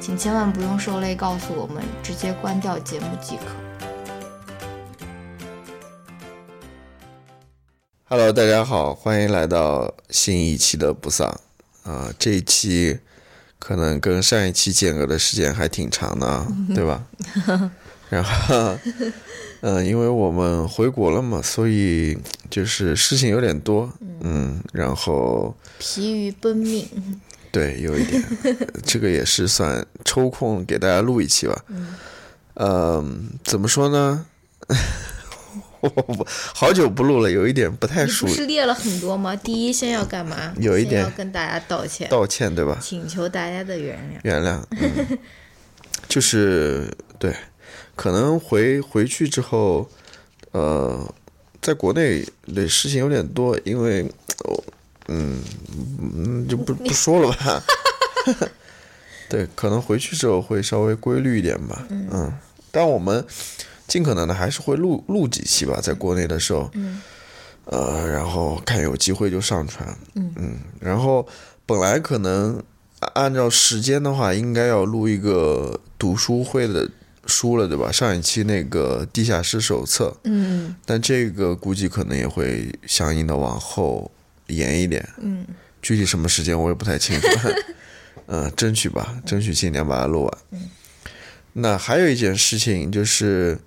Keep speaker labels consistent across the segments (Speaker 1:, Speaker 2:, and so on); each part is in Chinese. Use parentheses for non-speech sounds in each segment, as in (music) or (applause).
Speaker 1: 请千万不用受累告诉我们，直接关掉节目即可。
Speaker 2: Hello，大家好，欢迎来到新一期的不丧啊、这一期可能跟上一期间隔的时间还挺长的 (laughs) 啊，对吧？然后，嗯、因为我们回国了嘛，所以就是事情有点多，嗯，然后
Speaker 1: 疲于奔命，
Speaker 2: 对，有一 (laughs) 点，这个也是算抽空给大家录一期吧。嗯、怎么说呢？ (laughs) 我我好久不录了，有一点不太
Speaker 3: 你
Speaker 2: 熟
Speaker 3: 不，是列了很多吗？第一，先要干嘛？
Speaker 2: 有一点
Speaker 3: 先要跟大家道歉，
Speaker 2: 道歉对吧？
Speaker 3: 请求大家的原谅。
Speaker 2: 原谅，嗯、就是对，可能回回去之后，呃，在国内的事情有点多，因为，哦嗯嗯，就不不说了 (laughs) 吧。对，可能回去之后会稍微规律一点吧，嗯，但我们尽可能的还是会录录几期吧，在国内的时候，呃，然后看有机会就上传，嗯然后本来可能按按照时间的话，应该要录一个读书会的书了，对吧？上一期那个地下室手册，
Speaker 3: 嗯，
Speaker 2: 但这个估计可能也会相应的往后延一点，嗯，具体什么时间我也不太清楚，嗯，争取吧，争取尽量把它录完。那还有一件事情就是，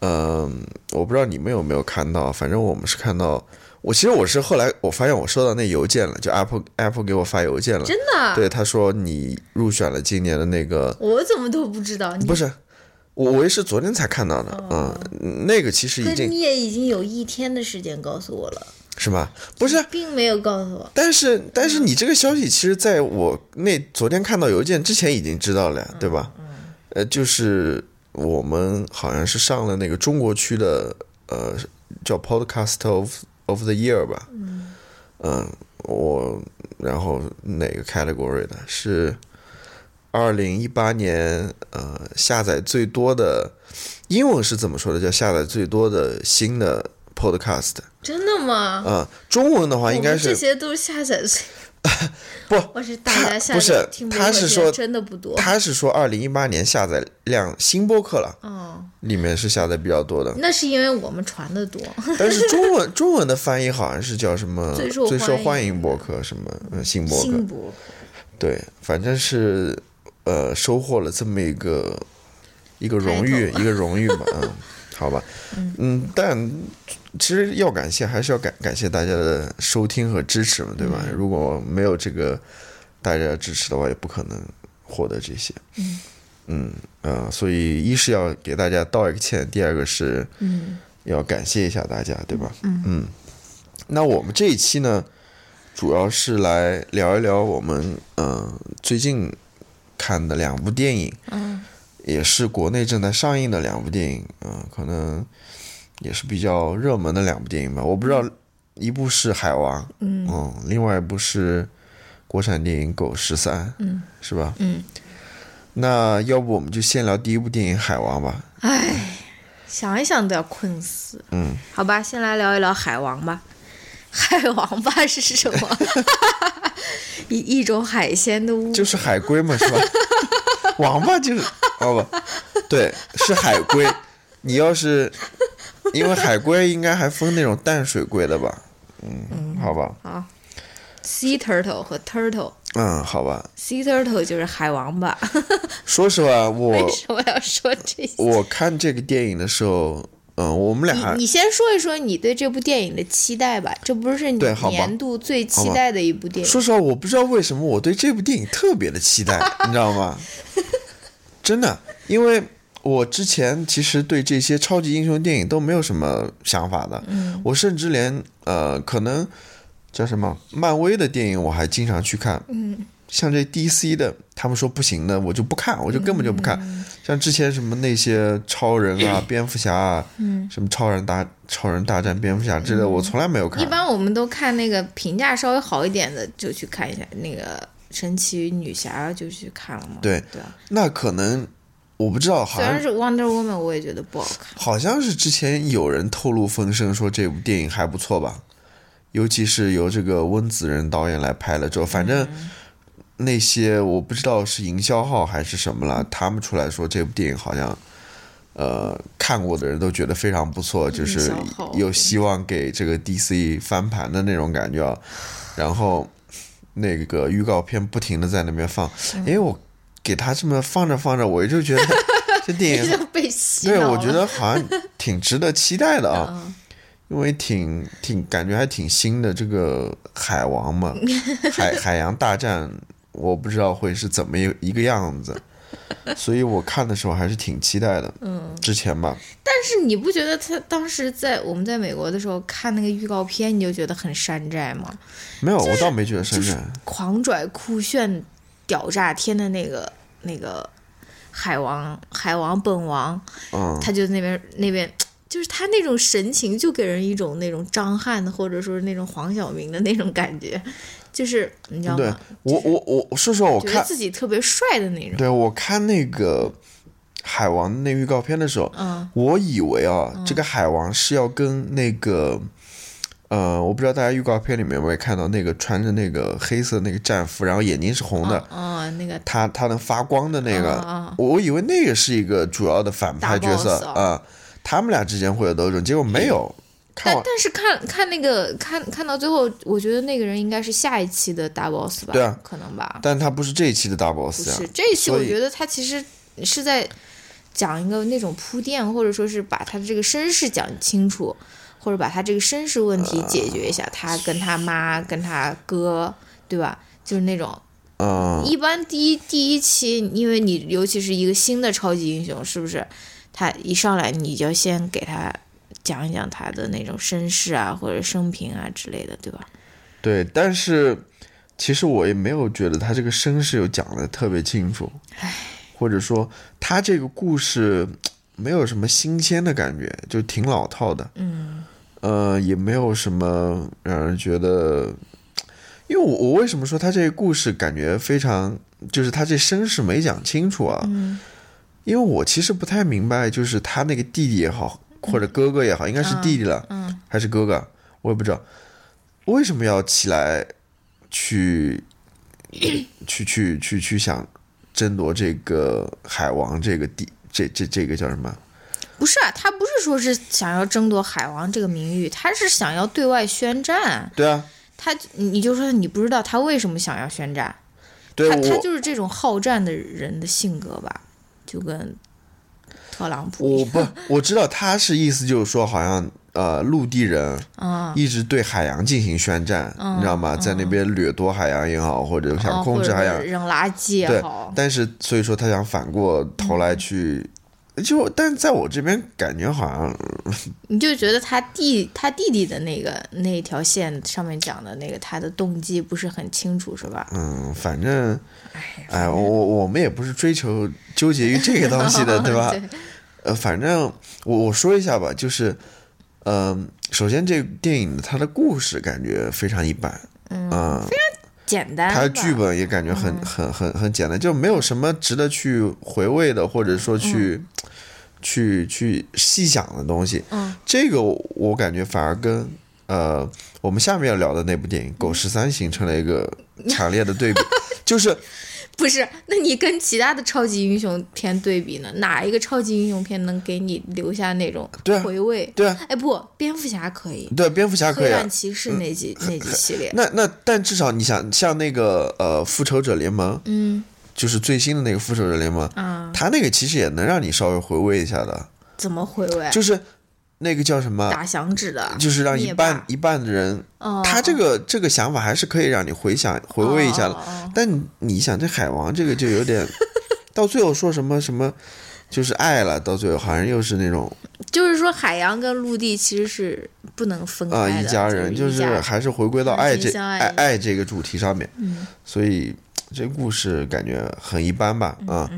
Speaker 2: 嗯，我不知道你们有没有看到，反正我们是看到，我其实我是后来我发现我收到那邮件了，就 Apple Apple 给我发邮件了，
Speaker 3: 真的啊，
Speaker 2: 对，他说你入选了今年的那个，
Speaker 3: 我怎么都不知道，你
Speaker 2: 不是，我我也是昨天才看到的，嗯，那个其实已
Speaker 3: 可是
Speaker 2: 经
Speaker 3: 哦你也已经有一天的时间告诉我了，
Speaker 2: 是吧？不是，
Speaker 3: 并没有告诉我。
Speaker 2: 但是
Speaker 3: 嗯
Speaker 2: 但是你这个消息，其实在我那昨天看到邮件之前已经知道了呀，
Speaker 3: 嗯
Speaker 2: 对吧？呃，就是我们好像是上了那个中国区的呃叫 Podcast of of the Year 吧，嗯，我然后哪个 category 的是二零一八年呃下载最多的，英文是怎么说的？叫下载最多的新的 podcast
Speaker 3: 真的吗？
Speaker 2: 啊、中文的话应
Speaker 3: 我
Speaker 2: 该
Speaker 3: 们
Speaker 2: 是
Speaker 3: 这些都是下载最，
Speaker 2: (laughs) 不，
Speaker 3: 我是大家下
Speaker 2: 不
Speaker 3: 载
Speaker 2: 是
Speaker 3: 听播
Speaker 2: 他
Speaker 3: 客
Speaker 2: 是
Speaker 3: 的
Speaker 2: 说
Speaker 3: 真的不多。
Speaker 2: 他是说二零一八年下载量新播客了，
Speaker 3: 哦，，
Speaker 2: 里面是下载比较多的
Speaker 3: 那是因为我们传的多，
Speaker 2: 但是中文 (laughs) 中文的翻译好像是叫什么
Speaker 3: 最受欢
Speaker 2: 欢
Speaker 3: 迎
Speaker 2: 迎播客什么嗯新播客
Speaker 3: 信，不？
Speaker 2: 对，反正是呃收获了这么一个一个荣誉一个荣誉吧，嗯，好吧，嗯，但其实要感谢还是要感感谢大家的收听和支持嘛，对吧？如果没有这个大家的支持的话，也不可能获得这些。嗯呃，所以一是要给大家道一个歉，第二个是嗯要感谢一下大家，对吧？嗯那我们这一期呢，主要是来聊一聊我们呃最近看的两部电影，嗯，也是国内正在上映的两部电影，嗯、可能也是比较热门的两部电影吧。我不知道，一部是《海王》，嗯另外一部是国产电影《狗十三》，嗯，是吧？
Speaker 3: 嗯，
Speaker 2: 那要不我们就先聊第一部电影《海王》吧。
Speaker 3: 唉，想一想都要困死。
Speaker 2: 嗯，
Speaker 3: 好吧，先来聊一聊海王吧。 (laughs) 海王吧是什么？ (laughs) 一一种海鲜的物，
Speaker 2: 就是海龟嘛，是吧？ (laughs) 王八就是哦不，对，是海龟。你要是因为海龟应该还分那种淡水龟的吧？嗯，好吧，
Speaker 3: 啊，sea turtle 和 turtle。
Speaker 2: 嗯，好吧。
Speaker 3: sea turtle 就是海王吧？
Speaker 2: 说实话，我
Speaker 3: (laughs) 为什么要说这些？
Speaker 2: 我看这个电影的时候，嗯，我们俩
Speaker 3: 你你先说一说你对这部电影的期待吧，这不是你
Speaker 2: 对好吧
Speaker 3: 年度最期待的一部电影。
Speaker 2: 说实话，我不知道为什么我对这部电影特别的期待，你知道吗？真的，因为我之前其实对这些超级英雄电影都没有什么想法的，
Speaker 3: 嗯
Speaker 2: 我甚至连呃，可能叫什么漫威的电影我还经常去看，
Speaker 3: 嗯
Speaker 2: 像这 DC 的，他们说不行的，我就不看，我就根本就不看。
Speaker 3: 嗯
Speaker 2: 像之前什么那些超人啊、蝙蝠侠啊，
Speaker 3: 嗯
Speaker 2: 什么超人大超人大战蝙蝠侠之类的，我从来没有看。
Speaker 3: 一般我们都看那个评价稍微好一点的，就去看一下那个神奇女侠，就去看了嘛。
Speaker 2: 对
Speaker 3: 对啊，
Speaker 2: 那可能我不知道，好
Speaker 3: 虽
Speaker 2: 像
Speaker 3: 然是 Wonder Woman，我也觉得不好 (laughs) 看。
Speaker 2: 好像是之前有人透露风声说这部电影还不错吧，尤其是由这个温子仁导演来拍了之后，反正那些我不知道是营销号还是什么了，他们出来说这部电影好像，呃，看过的人都觉得非常不错，就是
Speaker 3: 营销号
Speaker 2: 有希望给这个 DC 翻盘的那种感觉啊。然后那个预告片不停的在那边放，
Speaker 3: 嗯
Speaker 2: 因为我给他这么放着放着，我就觉得这电影
Speaker 3: 就被洗
Speaker 2: 对，
Speaker 3: 脑
Speaker 2: 我
Speaker 3: 了
Speaker 2: 觉得好像挺值得期待的
Speaker 3: (laughs)
Speaker 2: 啊，
Speaker 3: 嗯
Speaker 2: 因为挺挺感觉还挺新的。这个海
Speaker 3: (laughs)
Speaker 2: 王嘛，海海洋大战，我不知道会是怎么一一个样子，所以我看的时候还是挺期待的。嗯，之前吧，
Speaker 3: 但是你不觉得他当时在我们在美国的时候看那个预告片，你就觉得很山寨吗？
Speaker 2: 没有，我倒没觉得深圳。
Speaker 3: 狂拽酷炫、屌炸天的那个那个海王，海王本王，
Speaker 2: 嗯，
Speaker 3: 他就那边那边。就是他那种神情，就给人一种那种张翰或者说是那种黄晓明的那种感觉，就是你知道
Speaker 2: 对
Speaker 3: 吗？
Speaker 2: 我我我我说实话，我
Speaker 3: 觉得
Speaker 2: 看
Speaker 3: 自己特别帅的那种。
Speaker 2: 对我看那个海王那预告片的时候，
Speaker 3: 嗯
Speaker 2: 我以为啊，这个海王是要跟那个，呃，我不知道大家预告片里面有没有看到那个穿着那个黑色那个战服，然后眼睛是红的，
Speaker 3: 啊、嗯那个
Speaker 2: 他他能发光的那个，
Speaker 3: 嗯嗯
Speaker 2: 我我以为那个是一个主要的反派角色
Speaker 3: 大
Speaker 2: 啊、
Speaker 3: boss 哦嗯
Speaker 2: 他们俩之间会有斗争，结果没有。看
Speaker 3: 但
Speaker 2: 完
Speaker 3: 但是看看那个看看到最后，我觉得那个人应该是下一期的大 boss 吧？
Speaker 2: 对啊
Speaker 3: 可能吧。
Speaker 2: 但他不是这一期的大 boss
Speaker 3: 不
Speaker 2: 呀、
Speaker 3: 是这一期，
Speaker 2: 所
Speaker 3: 我
Speaker 2: 以
Speaker 3: 觉得他其实是在讲一个那种铺垫，或者说是把他的这个身世讲清楚，或者把他这个身世问题解决一下。他跟他妈、跟他哥，对吧？就是那种
Speaker 2: 嗯，
Speaker 3: 一般第一第一期，因为你尤其是一个新的超级英雄，是不是？他一上来你就先给他讲一讲他的那种身世啊，或者生平啊之类的，对吧？
Speaker 2: 对，但是其实我也没有觉得他这个身世有讲的特别清楚，或者说他这个故事没有什么新鲜的感觉，就挺老套的。嗯，呃，也没有什么让人觉得，因为我我为什么说他这个故事感觉非常，就是他这身世没讲清楚啊？嗯、因为我其实不太明白，就是他那个弟弟也好，或者哥哥也好，应该是弟弟了，嗯、还是哥哥，我也不知道。为什么要起来去 (coughs) 去去去去想争夺这个海王这个地这这这个叫什么？
Speaker 3: 不是啊，他不是说是想要争夺海王这个名誉，他是想要对外宣战。
Speaker 2: 对啊，
Speaker 3: 他你你就说你不知道他为什么想要宣战，
Speaker 2: 对
Speaker 3: 他他
Speaker 2: 我
Speaker 3: 就是这种好战的人的性格吧，就跟特朗普一
Speaker 2: 我
Speaker 3: 样。
Speaker 2: 不我知道他是意思就是说好像呃陆地人
Speaker 3: 啊
Speaker 2: 一直对海洋进行宣战，你知道吗？在那边掠夺海洋也好，或者想
Speaker 3: 啊
Speaker 2: 控
Speaker 3: 或
Speaker 2: 制
Speaker 3: 者
Speaker 2: 海洋，
Speaker 3: 扔垃圾也
Speaker 2: 对
Speaker 3: 好，，
Speaker 2: 但是所以说他想反过头
Speaker 3: 嗯
Speaker 2: 来去。就，但在我这边感觉好像
Speaker 3: 你就觉得他弟他弟弟的那个那条线上面讲的那个他的动机不是很清楚是吧？
Speaker 2: 嗯，反正，哎，我我我们也不是追求纠结于这个东西 (laughs) 的，对吧？呃，反正我我说一下吧，就是，嗯、首先这个电影它的故事感觉非常一般，嗯，
Speaker 3: 简单吧，
Speaker 2: 它的剧本也感觉很、很很很简单，就没有什么值得去回味的，或者说去、去去细想的东西。嗯，这个我我感觉反而跟呃我们下面要聊的那部电影《狗十三》形成了一个强烈的对 (laughs) 比，就是
Speaker 3: 不是？那你跟其他的超级英雄片对比呢？哪一个超级英雄片能给你留下那种
Speaker 2: 对啊
Speaker 3: 回味？
Speaker 2: 对啊，
Speaker 3: 哎，不，蝙蝠侠可以，
Speaker 2: 对蝙蝠侠可
Speaker 3: 黑
Speaker 2: 以、啊
Speaker 3: 暗。骑士那几、那几系列，
Speaker 2: 那那但至少你想像那个呃复仇者联盟，嗯，就是最新的那个复仇者联盟，
Speaker 3: 啊，
Speaker 2: 它那个其实也能让你稍微回味一下的，
Speaker 3: 怎么回味？
Speaker 2: 就是那个叫什么？
Speaker 3: 打响指的，
Speaker 2: 就是让一
Speaker 3: 灭
Speaker 2: 半
Speaker 3: 霸
Speaker 2: 一半的人，
Speaker 3: 哦
Speaker 2: 他这个这个想法还是可以让你回想回味一下的。
Speaker 3: 哦哦哦
Speaker 2: 但你你想，这海王这个就
Speaker 3: (laughs)
Speaker 2: 有点，到最后说什么什么，就是爱了，到最后好像又是那种
Speaker 3: 就是说海洋跟陆地其实是不能分
Speaker 2: 啊、
Speaker 3: 开的，
Speaker 2: 一家人，
Speaker 3: 就
Speaker 2: 就是
Speaker 3: 一
Speaker 2: 是
Speaker 3: 家人
Speaker 2: 还是回归到
Speaker 3: 同
Speaker 2: 爱
Speaker 3: 心
Speaker 2: 这
Speaker 3: 相
Speaker 2: 爱
Speaker 3: 爱
Speaker 2: 爱这个主题上面，
Speaker 3: 嗯
Speaker 2: 所以这故事感觉很一般吧，
Speaker 3: 嗯
Speaker 2: 啊、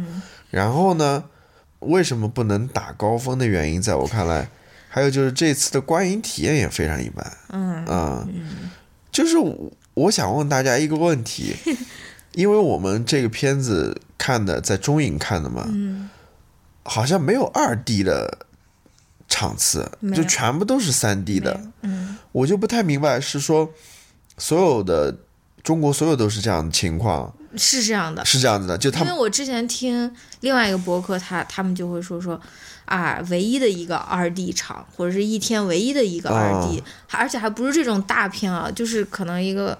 Speaker 2: 然后呢，为什么不能打高分的原因，在我看来，还有就是这次的观影体验也非常一般，
Speaker 3: 嗯
Speaker 2: 啊、就是我我想问大家一个
Speaker 3: (laughs)
Speaker 2: 问题，因为我们这个片子看的在中影看的嘛，
Speaker 3: 嗯
Speaker 2: 好像没有二 D 的场次，
Speaker 3: 没
Speaker 2: 就
Speaker 3: 有
Speaker 2: 全部都是三 D 的。
Speaker 3: 嗯
Speaker 2: 我就不太明白，是说所有的中国所有都是这样的情况，
Speaker 3: 是这样的，
Speaker 2: 是这样子的，就他
Speaker 3: 因为
Speaker 2: 们
Speaker 3: 我之前听另外一个博客，他他们就会说说啊，唯一的一个二 D 场，或者是一天唯一的一个二
Speaker 2: 啊
Speaker 3: D，、还而且还不是这种大片啊，就是可能一个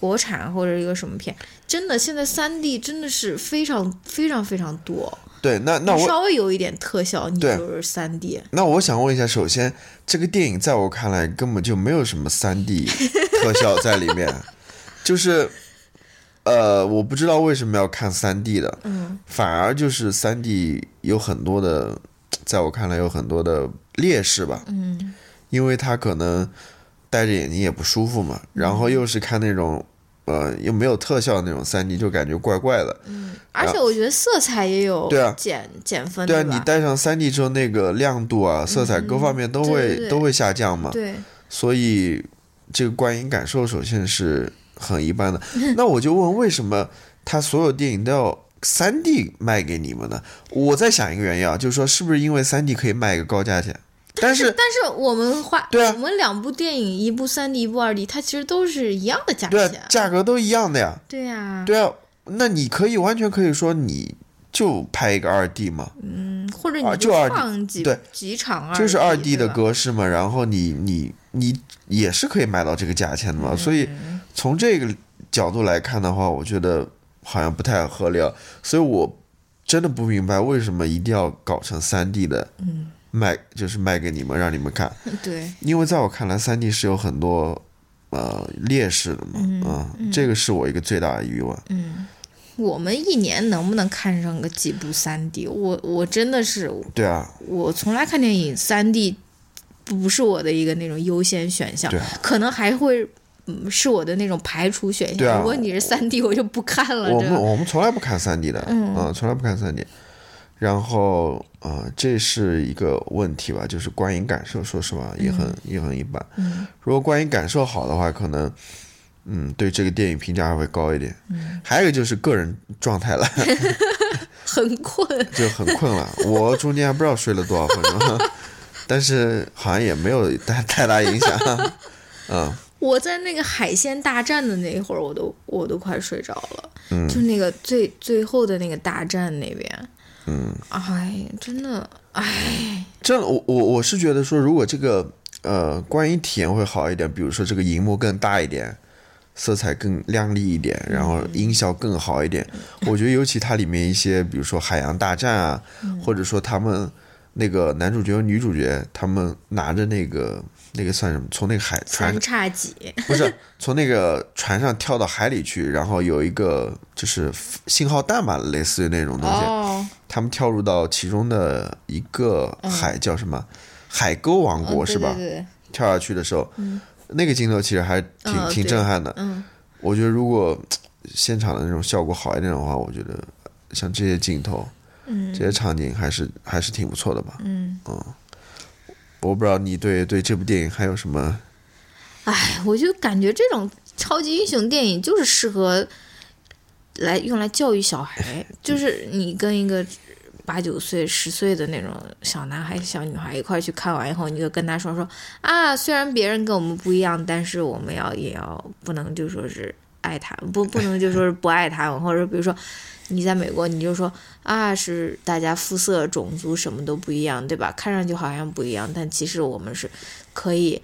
Speaker 3: 国产或者一个什么片，真的现在三 D 真的是非常非常非常多，
Speaker 2: 对。那那我
Speaker 3: 稍微有一点特效，你
Speaker 2: 对
Speaker 3: 就是三 D，
Speaker 2: 那我想问一下，首先这个电影在我看来根本就没有什么三 D 特效在里面，就是呃，我不知道为什么要看三 D 的，
Speaker 3: 嗯
Speaker 2: 反而就是三 D 有很多的，在我看来有很多的劣势吧，
Speaker 3: 嗯
Speaker 2: 因为它可能戴着眼镜也不舒服嘛，然
Speaker 3: 嗯
Speaker 2: 后又是看那种呃又没有特效的那种三 D，就感觉怪怪的。
Speaker 3: 嗯，而且我觉得色彩也有
Speaker 2: 啊对啊
Speaker 3: 减减分，
Speaker 2: 对啊，
Speaker 3: 吧嗯
Speaker 2: 你戴上三 D 之后，那个亮度啊、色彩各方面都
Speaker 3: 对
Speaker 2: 会
Speaker 3: 对对
Speaker 2: 都会下降嘛，
Speaker 3: 对，
Speaker 2: 所以这个观影感受首先是很一 (laughs) 般的。那我就问，为什么他所有电影都要？三 D 卖给你们呢？我在想一个原因啊，就是说是不是因为三 D 可以卖一个高价钱？但是啊
Speaker 3: 但是我们花，
Speaker 2: 对啊
Speaker 3: 我们两部电影，一部三 D，一部二 D，它其实都是一样的价
Speaker 2: 对啊
Speaker 3: 钱，，
Speaker 2: 价格都一样的呀。
Speaker 3: 对呀、
Speaker 2: 对啊，那你可以完全可以说你就拍一个二 D 嘛，
Speaker 3: 嗯或者
Speaker 2: 啊
Speaker 3: 你
Speaker 2: 就二 D，
Speaker 3: 放几
Speaker 2: 对
Speaker 3: 几场二 D，
Speaker 2: 就是二 D
Speaker 3: 对
Speaker 2: 的
Speaker 3: 吧，
Speaker 2: 格式嘛，然后你你你也是可以买到这个价钱的嘛，所
Speaker 3: 嗯
Speaker 2: 以从这个角度来看的话，我觉得好像不太合理，啊，所以我真的不明白为什么一定要搞成三 D 的，
Speaker 3: 嗯，
Speaker 2: 卖就是卖给你们让你们看，
Speaker 3: (laughs) 对，
Speaker 2: 因为在我看来，三 D 是有很多呃劣势的嘛，啊、这个是我一个最大的疑问。
Speaker 3: 嗯。我们一年能不能看上个几部三 D？我我真的是，
Speaker 2: 对啊，
Speaker 3: 我从来看电影三 D 不是我的一个那种优先选项
Speaker 2: 对啊，
Speaker 3: 可能还会嗯是我的那种排除选
Speaker 2: 对
Speaker 3: 项。
Speaker 2: 啊
Speaker 3: 如果你是三 D，我就不看了。
Speaker 2: 我
Speaker 3: 嗯这
Speaker 2: 们
Speaker 3: 个
Speaker 2: 我们从来不看三 D 的，
Speaker 3: 嗯
Speaker 2: 啊从来不看三 D。然后啊、呃这是一个问题吧，就是观影感受，说实话也很、也很一般。
Speaker 3: 嗯
Speaker 2: 如果观影感受好的话，可能嗯对这个电影评价还会高一点。
Speaker 3: 嗯
Speaker 2: 还有一个就是个人状态了， (laughs)
Speaker 3: 很困，
Speaker 2: 就很困了。我中间还不知道睡了多少分钟， (laughs) 但是好像也没有太太大影响。嗯，
Speaker 3: 我在那个海鲜大战的那一会儿，我都我都快睡着了，
Speaker 2: 嗯
Speaker 3: 就那个最最后的那个大战那边，嗯，哎，真的，哎，
Speaker 2: 这我我我是觉得说，如果这个呃观影体验会好一点，比如说这个荧幕更大一点，色彩更亮丽一点，然后音效更好一点，我觉得尤其它里面一些，比如说海洋大战啊，或者说他们那个男主角、和女主角，他们拿着那个那个算什么，从那个海
Speaker 3: (laughs) 三
Speaker 2: 船上
Speaker 3: 叉戟，
Speaker 2: 不是从那个船上跳到海里去，然后有一个就是信号弹吧，类似于那种东西，
Speaker 3: 哦，
Speaker 2: 他们跳入到其中的一个海，叫什么？海沟王国、
Speaker 3: 嗯
Speaker 2: 是吧？
Speaker 3: 对对对，
Speaker 2: 跳下去的时候，那个镜头其实还挺、
Speaker 3: 嗯
Speaker 2: 挺
Speaker 3: 对
Speaker 2: 震撼的。
Speaker 3: 嗯，
Speaker 2: 我觉得如果嘖现场的那种效果好一点的话，我觉得像这些镜头、
Speaker 3: 嗯
Speaker 2: 这些场景还是还是挺不错的吧。
Speaker 3: 嗯
Speaker 2: 我不知道你对对这部电影还有什么？
Speaker 3: 哎，我就感觉这种超级英雄电影就是适合来用来教育小孩，就是你跟一个。八九岁、十岁的那种小男孩、小女孩一块儿去看完以后，你就跟他说说啊，虽然别人跟我们不一样，但是我们要也要不能就说是爱他们，不不能就说是不爱他们，或者比如说你在美国，你就说啊，是大家肤色、种族什么都不一样，对吧？看上去好像不一样，但其实我们是可以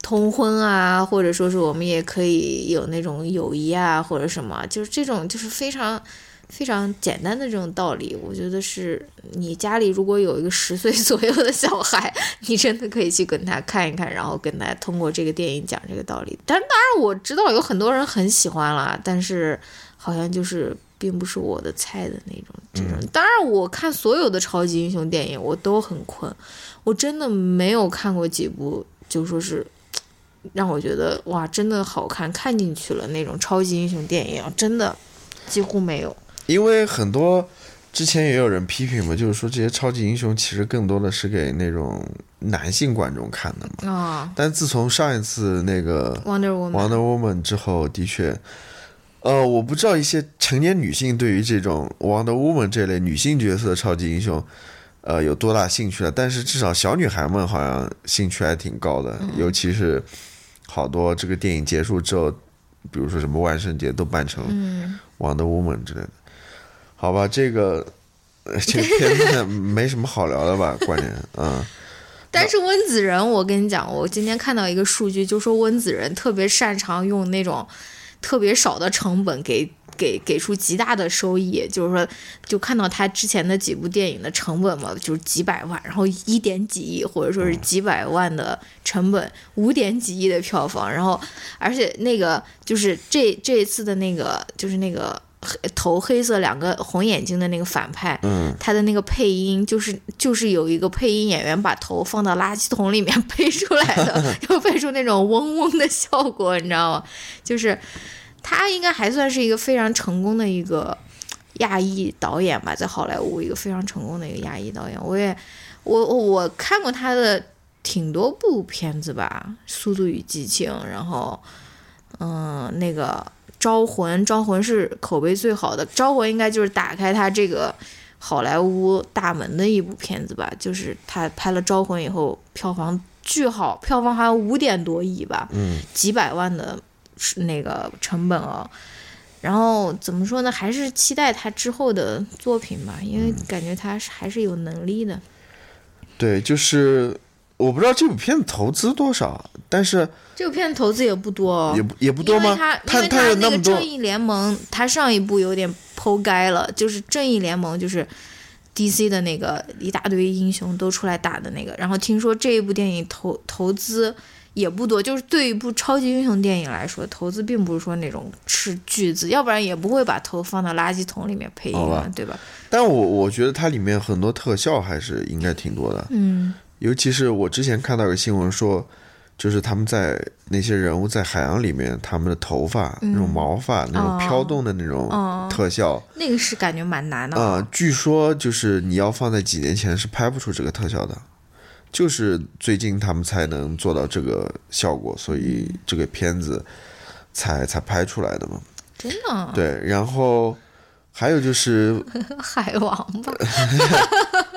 Speaker 3: 通婚啊，或者说是我们也可以有那种友谊啊，或者什么，就是这种就是非常非常简单的这种道理，我觉得是你家里如果有一个十岁左右的小孩，你真的可以去跟他看一看，然后跟他通过这个电影讲这个道理。但当然我知道有很多人很喜欢啦，但是好像就是并不是我的菜的那种。这种、当然我看所有的超级英雄电影我都很困，我真的没有看过几部就说是。让我觉得哇，真的好看，看进去了那种超级英雄电影，真的几乎没有。
Speaker 2: 因为很多之前也有人批评嘛，就是说这些超级英雄其实更多的是给那种男性观众看的嘛。
Speaker 3: 啊
Speaker 2: 但自从上一次那个
Speaker 3: ，Wonder Woman，
Speaker 2: Wonder Woman 之后，的确，呃，我不知道一些成年女性对于这种 Wonder Woman 这类女性角色的超级英雄，呃，有多大兴趣了。但是至少小女孩们好像兴趣还挺高的，尤其是好多这个电影结束之后，比如说什么万圣节都扮成 Wonder Woman 之类的。好吧，这个呃这个片子没什么好聊的吧？关键，嗯，
Speaker 3: 但是温子仁，我跟你讲，我今天看到一个数据，就说温子仁特别擅长用那种特别少的成本给给给出极大的收益，就是说，就看到他之前的几部电影的成本嘛，就是几百万，然后一点几亿或者说是几百万的成本，五点几亿的票房，然后而且那个就是这这一次的那个就是那个。黑头黑色两个红眼睛的那个反派，
Speaker 2: 嗯，
Speaker 3: 他的那个配音就是就是有一个配音演员把头放到垃圾桶里面配出来的，就配出那种嗡嗡的效果，你知道吗？就是他应该还算是一个非常成功的一个亚裔导演吧，在好莱坞一个非常成功的一个亚裔导演。我也我我我看过他的挺多部片子吧，《速度与激情》，然后嗯，那个《招魂》，《招魂》是口碑最好的，《招魂》应该就是打开他这个好莱坞大门的一部片子吧。就是他拍了《招魂》以后，票房巨好，票房好像五点多亿吧，
Speaker 2: 嗯，
Speaker 3: 几百万的那个成本哦。然后怎么说呢？还是期待他之后的作品吧，因
Speaker 2: 嗯
Speaker 3: 为感觉他是还是有能力的。
Speaker 2: 对，就是我不知道这部片子投资多少，但是
Speaker 3: 这个片投资也不多哦，
Speaker 2: 也不也不多
Speaker 3: 因
Speaker 2: 吗
Speaker 3: 为他？因
Speaker 2: 他
Speaker 3: 为他
Speaker 2: 有
Speaker 3: 那
Speaker 2: 那
Speaker 3: 个
Speaker 2: 么多
Speaker 3: 正，义联盟，他上一部有点剖该了，就是正义联盟就是 DC 的那个一大堆英雄都出来打的那个。然后听说这一部电影投投资也不多，就是对一部超级英雄电影来说，投资并不是说那种斥巨资，要不然也不会把头放到垃圾桶里面配音
Speaker 2: 好
Speaker 3: 了
Speaker 2: 吧，
Speaker 3: 对吧？
Speaker 2: 但我我觉得它里面很多特效还是应该挺多的，
Speaker 3: 嗯
Speaker 2: 尤其是我之前看到有新闻说，就是他们在那些人物在海洋里面，他们的头发、那种毛发、那种飘动的那种
Speaker 3: 嗯哦
Speaker 2: 特效
Speaker 3: 那个是感觉蛮难的
Speaker 2: 啊、据说就是你要放在几年前是拍不出这个特效的。就是最近他们才能做到这个效果，所以这个片子才才拍出来的嘛。
Speaker 3: 真的啊。
Speaker 2: 对，然后还有就是
Speaker 3: 海王吧，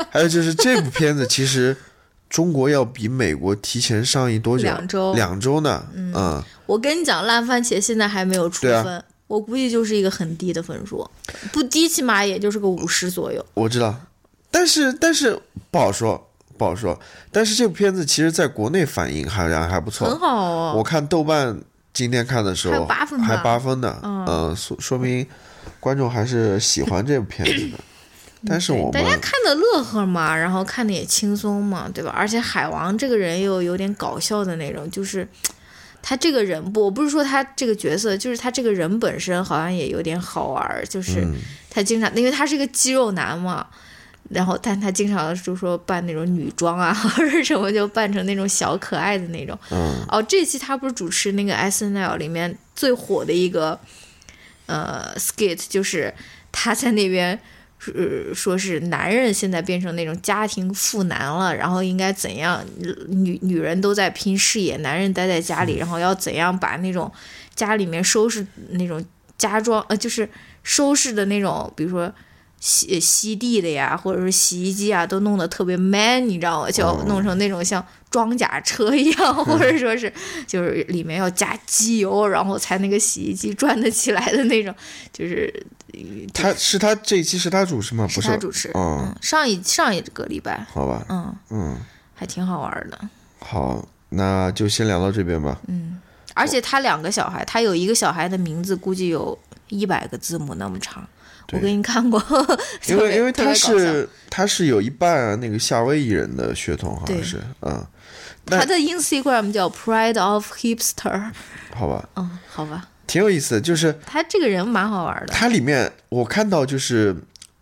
Speaker 2: 还有就是这部片子其实中国要比美国提前上映多久？
Speaker 3: 两周
Speaker 2: 两周呢。嗯，
Speaker 3: 我跟你讲，烂番茄现在还没有出
Speaker 2: 对啊
Speaker 3: 分，我估计就是一个很低的分数，不低起码也就是个五十左右。
Speaker 2: 我知道，但是但是不好说，不好说。但是这部片子其实在国内反应好像还不
Speaker 3: 很
Speaker 2: 错。
Speaker 3: 好哦。
Speaker 2: 我看豆瓣今天看的时
Speaker 3: 还
Speaker 2: 候
Speaker 3: 有八分吧
Speaker 2: 还八分呢，嗯，说说明观众还是喜欢这部片子的。但是我
Speaker 3: 嗯大
Speaker 2: 们
Speaker 3: 家看的乐呵嘛，然后看的也轻松嘛，对吧？而且海王这个人又有点搞笑的那种，就是他这个人不，我不是说他这个角色，就是他这个人本身好像也有点好玩儿，就是
Speaker 2: 嗯
Speaker 3: 他经常，因为他是个肌肉男嘛。然后，但他经常就说扮那种女装啊， (laughs) 或者什么，就扮成那种小可爱的那种。
Speaker 2: 嗯
Speaker 3: 哦，这期他不是主持那个 S N L 里面最火的一个呃 skit，就是他在那边呃说是男人现在变成那种家庭妇男了，然后应该怎样？女女人都在拼事业，男人待在家里，然后要怎样把那种家里面收拾那种家装呃，就是收拾的那种，比如说。吸吸地的呀，或者是洗衣机啊，都弄得特别 man，你知道吗？就弄成那种像装甲车一样，或者说是就是里面要加机油，然后才那个洗衣机转得起来的那种，就是
Speaker 2: 他是他这一期是他主持吗？不
Speaker 3: 是他主持。
Speaker 2: 哦
Speaker 3: 嗯，上一上一个礼拜，
Speaker 2: 好吧，
Speaker 3: 嗯，
Speaker 2: 嗯，
Speaker 3: 还挺好玩的。
Speaker 2: 好，那就先聊到这边吧。
Speaker 3: 而且他两个小孩，他有一个小孩的名字估计有一百个字母那么长。
Speaker 2: 对
Speaker 3: 我给你看过，(laughs)
Speaker 2: 因
Speaker 3: 特别
Speaker 2: 为因为
Speaker 3: 特别
Speaker 2: 他
Speaker 3: 搞笑
Speaker 2: 是他是有一半那个夏威夷人的血统，好像
Speaker 3: 对
Speaker 2: 是嗯，那
Speaker 3: 他的 Instagram 叫 Pride of Hipster，
Speaker 2: 好吧，
Speaker 3: 嗯，好吧，
Speaker 2: 挺有意思的，就是
Speaker 3: 他这个人蛮好玩的，
Speaker 2: 它里面我看到就是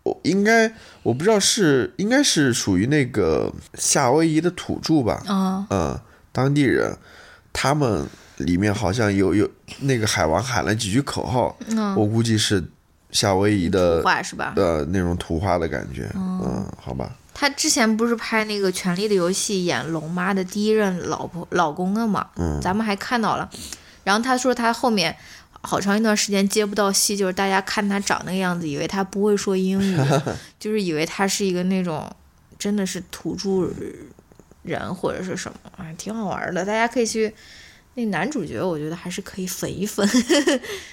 Speaker 2: 我应该我不知道是应该是属于那个夏威夷的土著吧，
Speaker 3: 嗯，
Speaker 2: 嗯，当地人，他们里面好像有有那个海王喊了几句口号，
Speaker 3: 嗯
Speaker 2: 我估计是夏威夷的
Speaker 3: 画是吧？
Speaker 2: 的那种土话的感觉，
Speaker 3: 哦
Speaker 2: 嗯，好吧，
Speaker 3: 他之前不是拍那个《权力的游戏》演龙妈的第一任老婆老公了嘛？
Speaker 2: 嗯
Speaker 3: 咱们还看到了。然后他说他后面好长一段时间接不到戏，就是大家看他长那个样子，以为他不会说英
Speaker 2: (laughs)
Speaker 3: 语，就是以为他是一个那种真的是土著人或者是什么，哎，挺好玩的。大家可以去那男主角，我觉得还是可以粉一粉。 (laughs)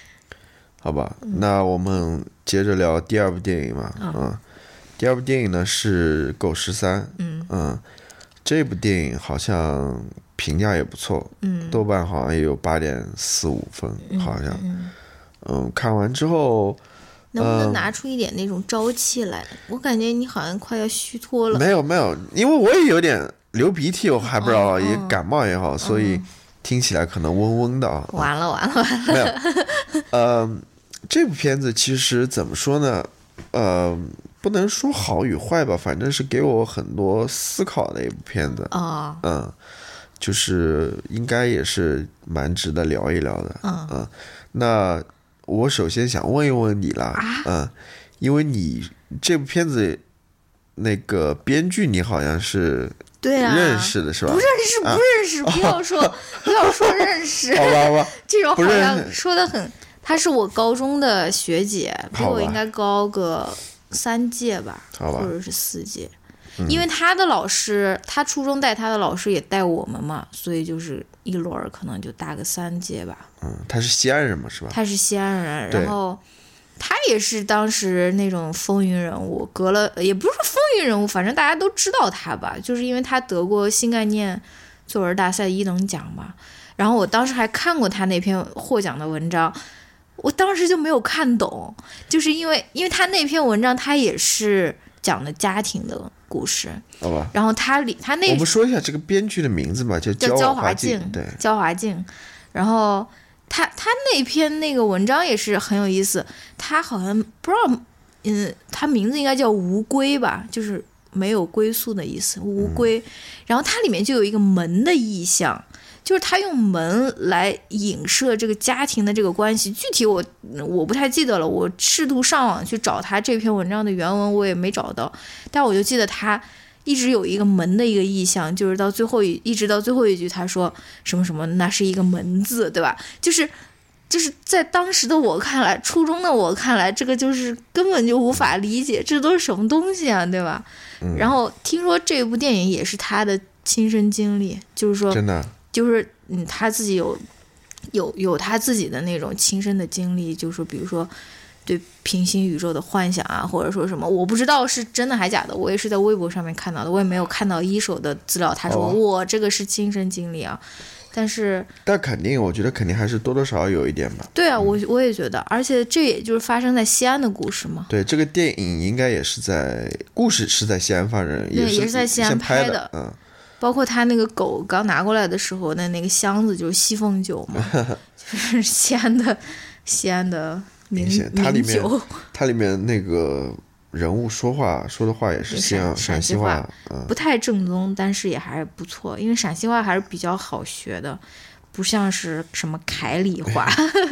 Speaker 2: 好吧，那我们接着聊第二部电影吧。嗯，第二部电影呢是《狗十三》。嗯这部电影好像评价也不错，嗯，豆瓣好像也有八点四五分，好像。嗯看完之后
Speaker 3: 能不
Speaker 2: 嗯
Speaker 3: 能拿出一点那种朝气来？我感觉你好像快要虚脱了。
Speaker 2: 没有没有，因为我也有点流鼻涕，我还不知道、也感冒也好，所以听起来可能嗡嗡的啊。
Speaker 3: 完了完了，完了
Speaker 2: 没有，呃，这部片子其实怎么说呢？呃，不能说好与坏吧，反正是给我很多思考的一部片子。
Speaker 3: 啊、
Speaker 2: 嗯，就是应该也是蛮值得聊一聊的。嗯那我首先想问一问你啦，
Speaker 3: 啊
Speaker 2: 嗯，因为你这部片子那个编剧你好像是
Speaker 3: 对啊，
Speaker 2: 认识啊的是吧？哦
Speaker 3: 不认识，不认识，不要
Speaker 2: (laughs)
Speaker 3: 说，不要说认识，
Speaker 2: 好吧，好吧，
Speaker 3: 这种
Speaker 2: 哦不
Speaker 3: 好
Speaker 2: 认
Speaker 3: 像说的很。她是我高中的学姐，比
Speaker 2: 好吧
Speaker 3: 我应该高个三届吧，
Speaker 2: 好吧嗯
Speaker 3: 或者是四届。因为她的老师，她初中带她的老师也带我们嘛，所以就是一轮儿可能就大个三届吧。
Speaker 2: 嗯，他是西安人嘛，是吧？
Speaker 3: 她是西安人，
Speaker 2: 啊对
Speaker 3: 然后她也是当时那种风云人物，隔了也不是说风云人物，反正大家都知道她吧，就是因为她得过新概念作文大赛一等奖嘛。然后我当时还看过她那篇获奖的文章，我当时就没有看懂，就是因为因为她那篇文章她也是讲的家庭的故事，
Speaker 2: 好吧。
Speaker 3: 然后她里她那
Speaker 2: 我们说一下这个编剧的名字吧，叫
Speaker 3: 叫
Speaker 2: 焦
Speaker 3: 焦
Speaker 2: 华
Speaker 3: 华
Speaker 2: 静
Speaker 3: 静，，
Speaker 2: 对，
Speaker 3: 焦华静。然后他他那篇那个文章也是很有意思，他好像不知道，嗯，他名字应该叫无归吧，就是没有归宿的意思，无
Speaker 2: 嗯
Speaker 3: 归。然后它里面就有一个门的意象。就是他用门来影射这个家庭的这个关系，具体我我不太记得了。我试图上网去找他这篇文章的原文，我也没找到。但我就记得他一直有一个门的一个意象，就是到最后一一直到最后一句，他说什么什么，那是一个门字，对吧？就是就是在当时的我看来，初中的我看来，这个就是根本就无法理解，这都是什么东西啊，对吧？然后听说这部电影也是他的亲身经历，就是说
Speaker 2: 真的，
Speaker 3: 就是嗯，他自己有有有他自己的那种亲身的经历，就是比如说对平行宇宙的幻想啊，或者说什么，我不知道是真的还假的，我也是在微博上面看到的，我也没有看到一手的资料，他说、
Speaker 2: 哦
Speaker 3: 我这个是亲身经历啊，但是
Speaker 2: 但肯定，我觉得肯定还是多多少少有一点吧。
Speaker 3: 对啊，我我也觉得，而且这也就是发生在西安的故事嘛，
Speaker 2: 对，这个电影应该也是在故事是在西安发生，
Speaker 3: 对
Speaker 2: 是
Speaker 3: 也是在西
Speaker 2: 西
Speaker 3: 安
Speaker 2: 拍
Speaker 3: 拍
Speaker 2: 的
Speaker 3: 的，
Speaker 2: 嗯，
Speaker 3: 包括他那个狗刚拿过来的时候的那个箱子就是西凤酒嘛， (laughs) 就是西安的西安的名
Speaker 2: 明显它里
Speaker 3: 名
Speaker 2: 面
Speaker 3: 酒。
Speaker 2: 它里面那个人物说话说的话也是
Speaker 3: 也
Speaker 2: 西安
Speaker 3: 陕陕
Speaker 2: 西
Speaker 3: 西
Speaker 2: 话
Speaker 3: 话，
Speaker 2: 嗯，
Speaker 3: 不太正宗，但是也还不错，因为陕西话还是比较好学的，不像是什么凯里话、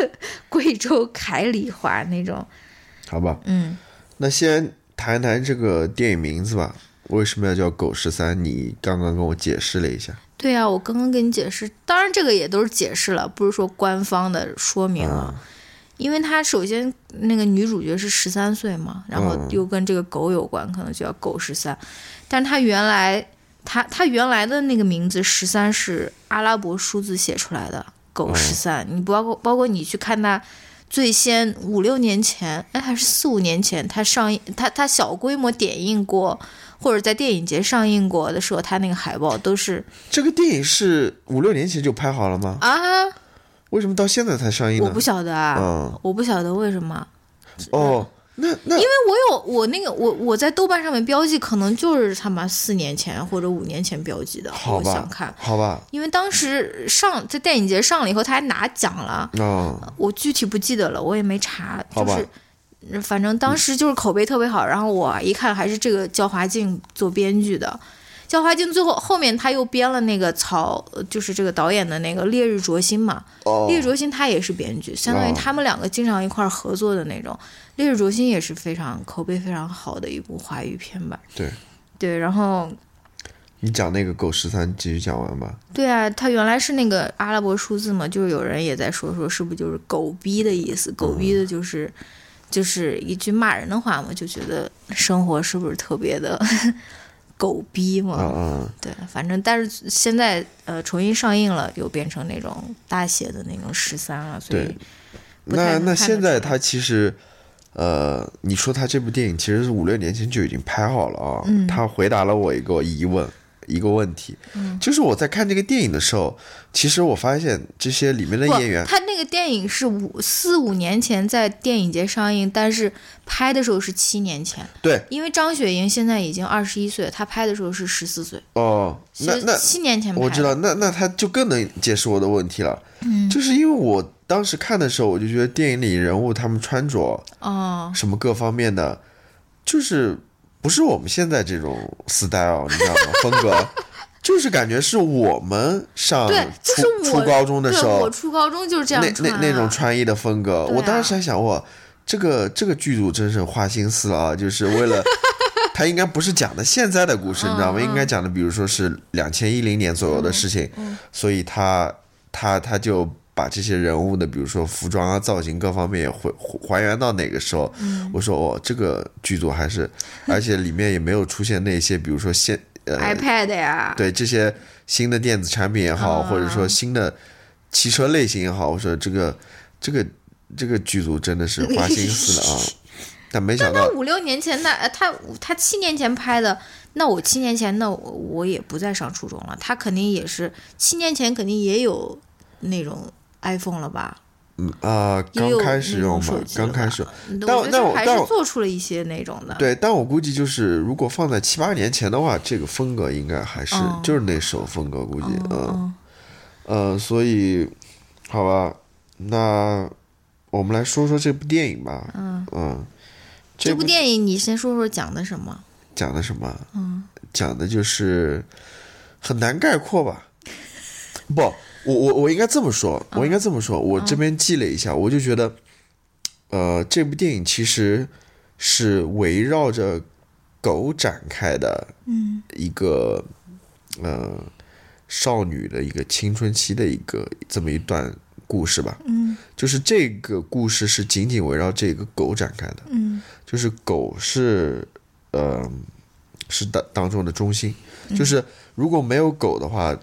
Speaker 3: (laughs) 贵州凯里话那种。
Speaker 2: 好吧。
Speaker 3: 嗯，
Speaker 2: 那先谈一谈这个电影名字吧，为什么要叫《狗十三》？你刚刚跟我解释了一下，
Speaker 3: 对呀、我刚刚跟你解释，当然这个也都是解释了，不是说官方的说明啊。因为她首先那个女主角是十三岁嘛，然后
Speaker 2: 嗯
Speaker 3: 又跟这个狗有关，可能就叫狗十三。但她原来她她原来的那个名字十三是阿拉伯数字写出来的，狗十三。你包括包括你去看她最先五六年前，哎还是四五年前，她上映她她小规模点映过，或者在电影节上映过的时候，她那个海报都是
Speaker 2: 这个电影是五六年前就拍好了吗？
Speaker 3: 啊，
Speaker 2: 为什么到现在才上映
Speaker 3: 我
Speaker 2: 呢
Speaker 3: 不？晓得啊，
Speaker 2: 嗯，
Speaker 3: 我不晓得为什么。
Speaker 2: 哦，那那
Speaker 3: 因为我有我那个我我在豆瓣上面标记，可能就是他妈四年前或者五年前标记的。
Speaker 2: 好
Speaker 3: 我
Speaker 2: 吧
Speaker 3: 想看，，
Speaker 2: 好吧，
Speaker 3: 因为当时上在电影节上了以后，他还拿奖了，
Speaker 2: 啊，
Speaker 3: 我具体不记得了，我也没查，
Speaker 2: 好
Speaker 3: 就
Speaker 2: 吧嗯
Speaker 3: 是。反正当时就是口碑特别好，然后我一看还是这个叫华静做编剧的，叫华静最后后面他又编了那个曹，呃就是这个导演的那个《烈日灼心》嘛，
Speaker 2: 哦，
Speaker 3: 烈日灼心他也是编剧，相当于他们两个经常一块儿合作的那种。烈日灼心也是非常口碑非常好的一部华语片吧？
Speaker 2: 对
Speaker 3: 对，然后
Speaker 2: 你讲那个狗十三继续讲完吧。
Speaker 3: 对啊，它原来是那个阿拉伯数字嘛，就是有人也在说说是不是就是狗逼的意思？狗逼
Speaker 2: 嗯
Speaker 3: 的就是、就是一句骂人的话嘛，就觉得生活是不是特别的狗逼嘛？
Speaker 2: 啊啊，
Speaker 3: 对，反正但是现在呃重新上映了，又变成那种大写的那种十三了，所以
Speaker 2: 对
Speaker 3: 不太
Speaker 2: 那
Speaker 3: 能看
Speaker 2: 那
Speaker 3: 得
Speaker 2: 现在
Speaker 3: 出来
Speaker 2: 他其实，呃，你说他这部电影其实是五六年前就已经拍好了啊。
Speaker 3: 嗯
Speaker 2: 他回答了我一个疑问，一个问题，
Speaker 3: 嗯
Speaker 2: 就是我在看这个电影的时候，其实我发现这些里面的
Speaker 3: 不
Speaker 2: 演员，
Speaker 3: 他那个电影是五四五年前在电影节上映，但是拍的时候是七年前，
Speaker 2: 对
Speaker 3: 因为张雪迎现在已经二十一岁，她拍的时候是十四岁，
Speaker 2: 哦，那
Speaker 3: 其实
Speaker 2: 那
Speaker 3: 七年前拍的
Speaker 2: 我知道，那那他就更能解释我的问题了。嗯，就是因为我当时看的时候，我就觉得电影里人物他们穿着
Speaker 3: 哦，
Speaker 2: 什么各方面的，就是不是我们现在这种 style，你知道吗？ (laughs) 风格。就是感觉是我们上
Speaker 3: 对就
Speaker 2: 初
Speaker 3: 是我
Speaker 2: 初高中的
Speaker 3: 对，
Speaker 2: 时
Speaker 3: 我
Speaker 2: 候，
Speaker 3: 初高中就是这样
Speaker 2: 那
Speaker 3: 穿、
Speaker 2: 那
Speaker 3: 啊、
Speaker 2: 那种穿衣的风格，
Speaker 3: 对啊
Speaker 2: 我当时还想，哇，这个这个剧组真是花心思了啊，就是为
Speaker 3: (laughs)
Speaker 2: 了。他应该不是讲的现在的故事，你知道
Speaker 3: 嗯
Speaker 2: 吗？应该讲的，比如说是两千一零年左右的事情，
Speaker 3: 嗯
Speaker 2: 所以他他他就把这些人物的，比如说服装啊、造型各方面也还还原到哪个时候。
Speaker 3: 嗯
Speaker 2: 我说哦，这个剧组还是，而且里面也没有出现那些，比如说现呃
Speaker 3: iPad 呀，
Speaker 2: 对这些新的电子产品也
Speaker 3: 啊
Speaker 2: 好，或者说新的汽车类型也好，我说这个这个这个剧组真的是花心思了啊！但没
Speaker 3: (laughs)
Speaker 2: 想
Speaker 3: 那
Speaker 2: 到，
Speaker 3: 五六年前那呃他他七年前拍的，那我七年前那我我也不再上初中了，他肯定也是七年前肯定也有那种 iPhone 了吧？
Speaker 2: 嗯啊、
Speaker 3: 也
Speaker 2: 刚
Speaker 3: 有
Speaker 2: 开始
Speaker 3: 那种
Speaker 2: 用嘛
Speaker 3: 手，机
Speaker 2: 刚
Speaker 3: 了
Speaker 2: 开
Speaker 3: 吧嗯
Speaker 2: 始用，但
Speaker 3: 我觉得
Speaker 2: 但我
Speaker 3: 他还
Speaker 2: 但
Speaker 3: 是
Speaker 2: 我
Speaker 3: 做出了一些那种的。
Speaker 2: 对，但我估计就是如果放在七八年前的话，这个风格应该还是、
Speaker 3: 嗯
Speaker 2: 就是那时候风格，估计
Speaker 3: 嗯，
Speaker 2: 嗯
Speaker 3: 嗯
Speaker 2: 呃，所以好吧，那我们来说说这部电影吧，嗯
Speaker 3: 这
Speaker 2: 部
Speaker 3: 部电影你先说说讲的什么？
Speaker 2: 讲的什么？嗯，讲的就是很难概括吧。不，我我我应该这么说，我应该这么说。我这边记了一下，我就觉得，呃，这部电影其实是围绕着狗展开的，嗯，一个呃少女的一个青春期的一个这么一段故事吧。
Speaker 3: 嗯
Speaker 2: 就是这个故事是紧紧围绕这个狗展开的。
Speaker 3: 嗯
Speaker 2: 就是狗是，呃，是当当中的中心。
Speaker 3: 嗯
Speaker 2: 就是如果没有狗的话，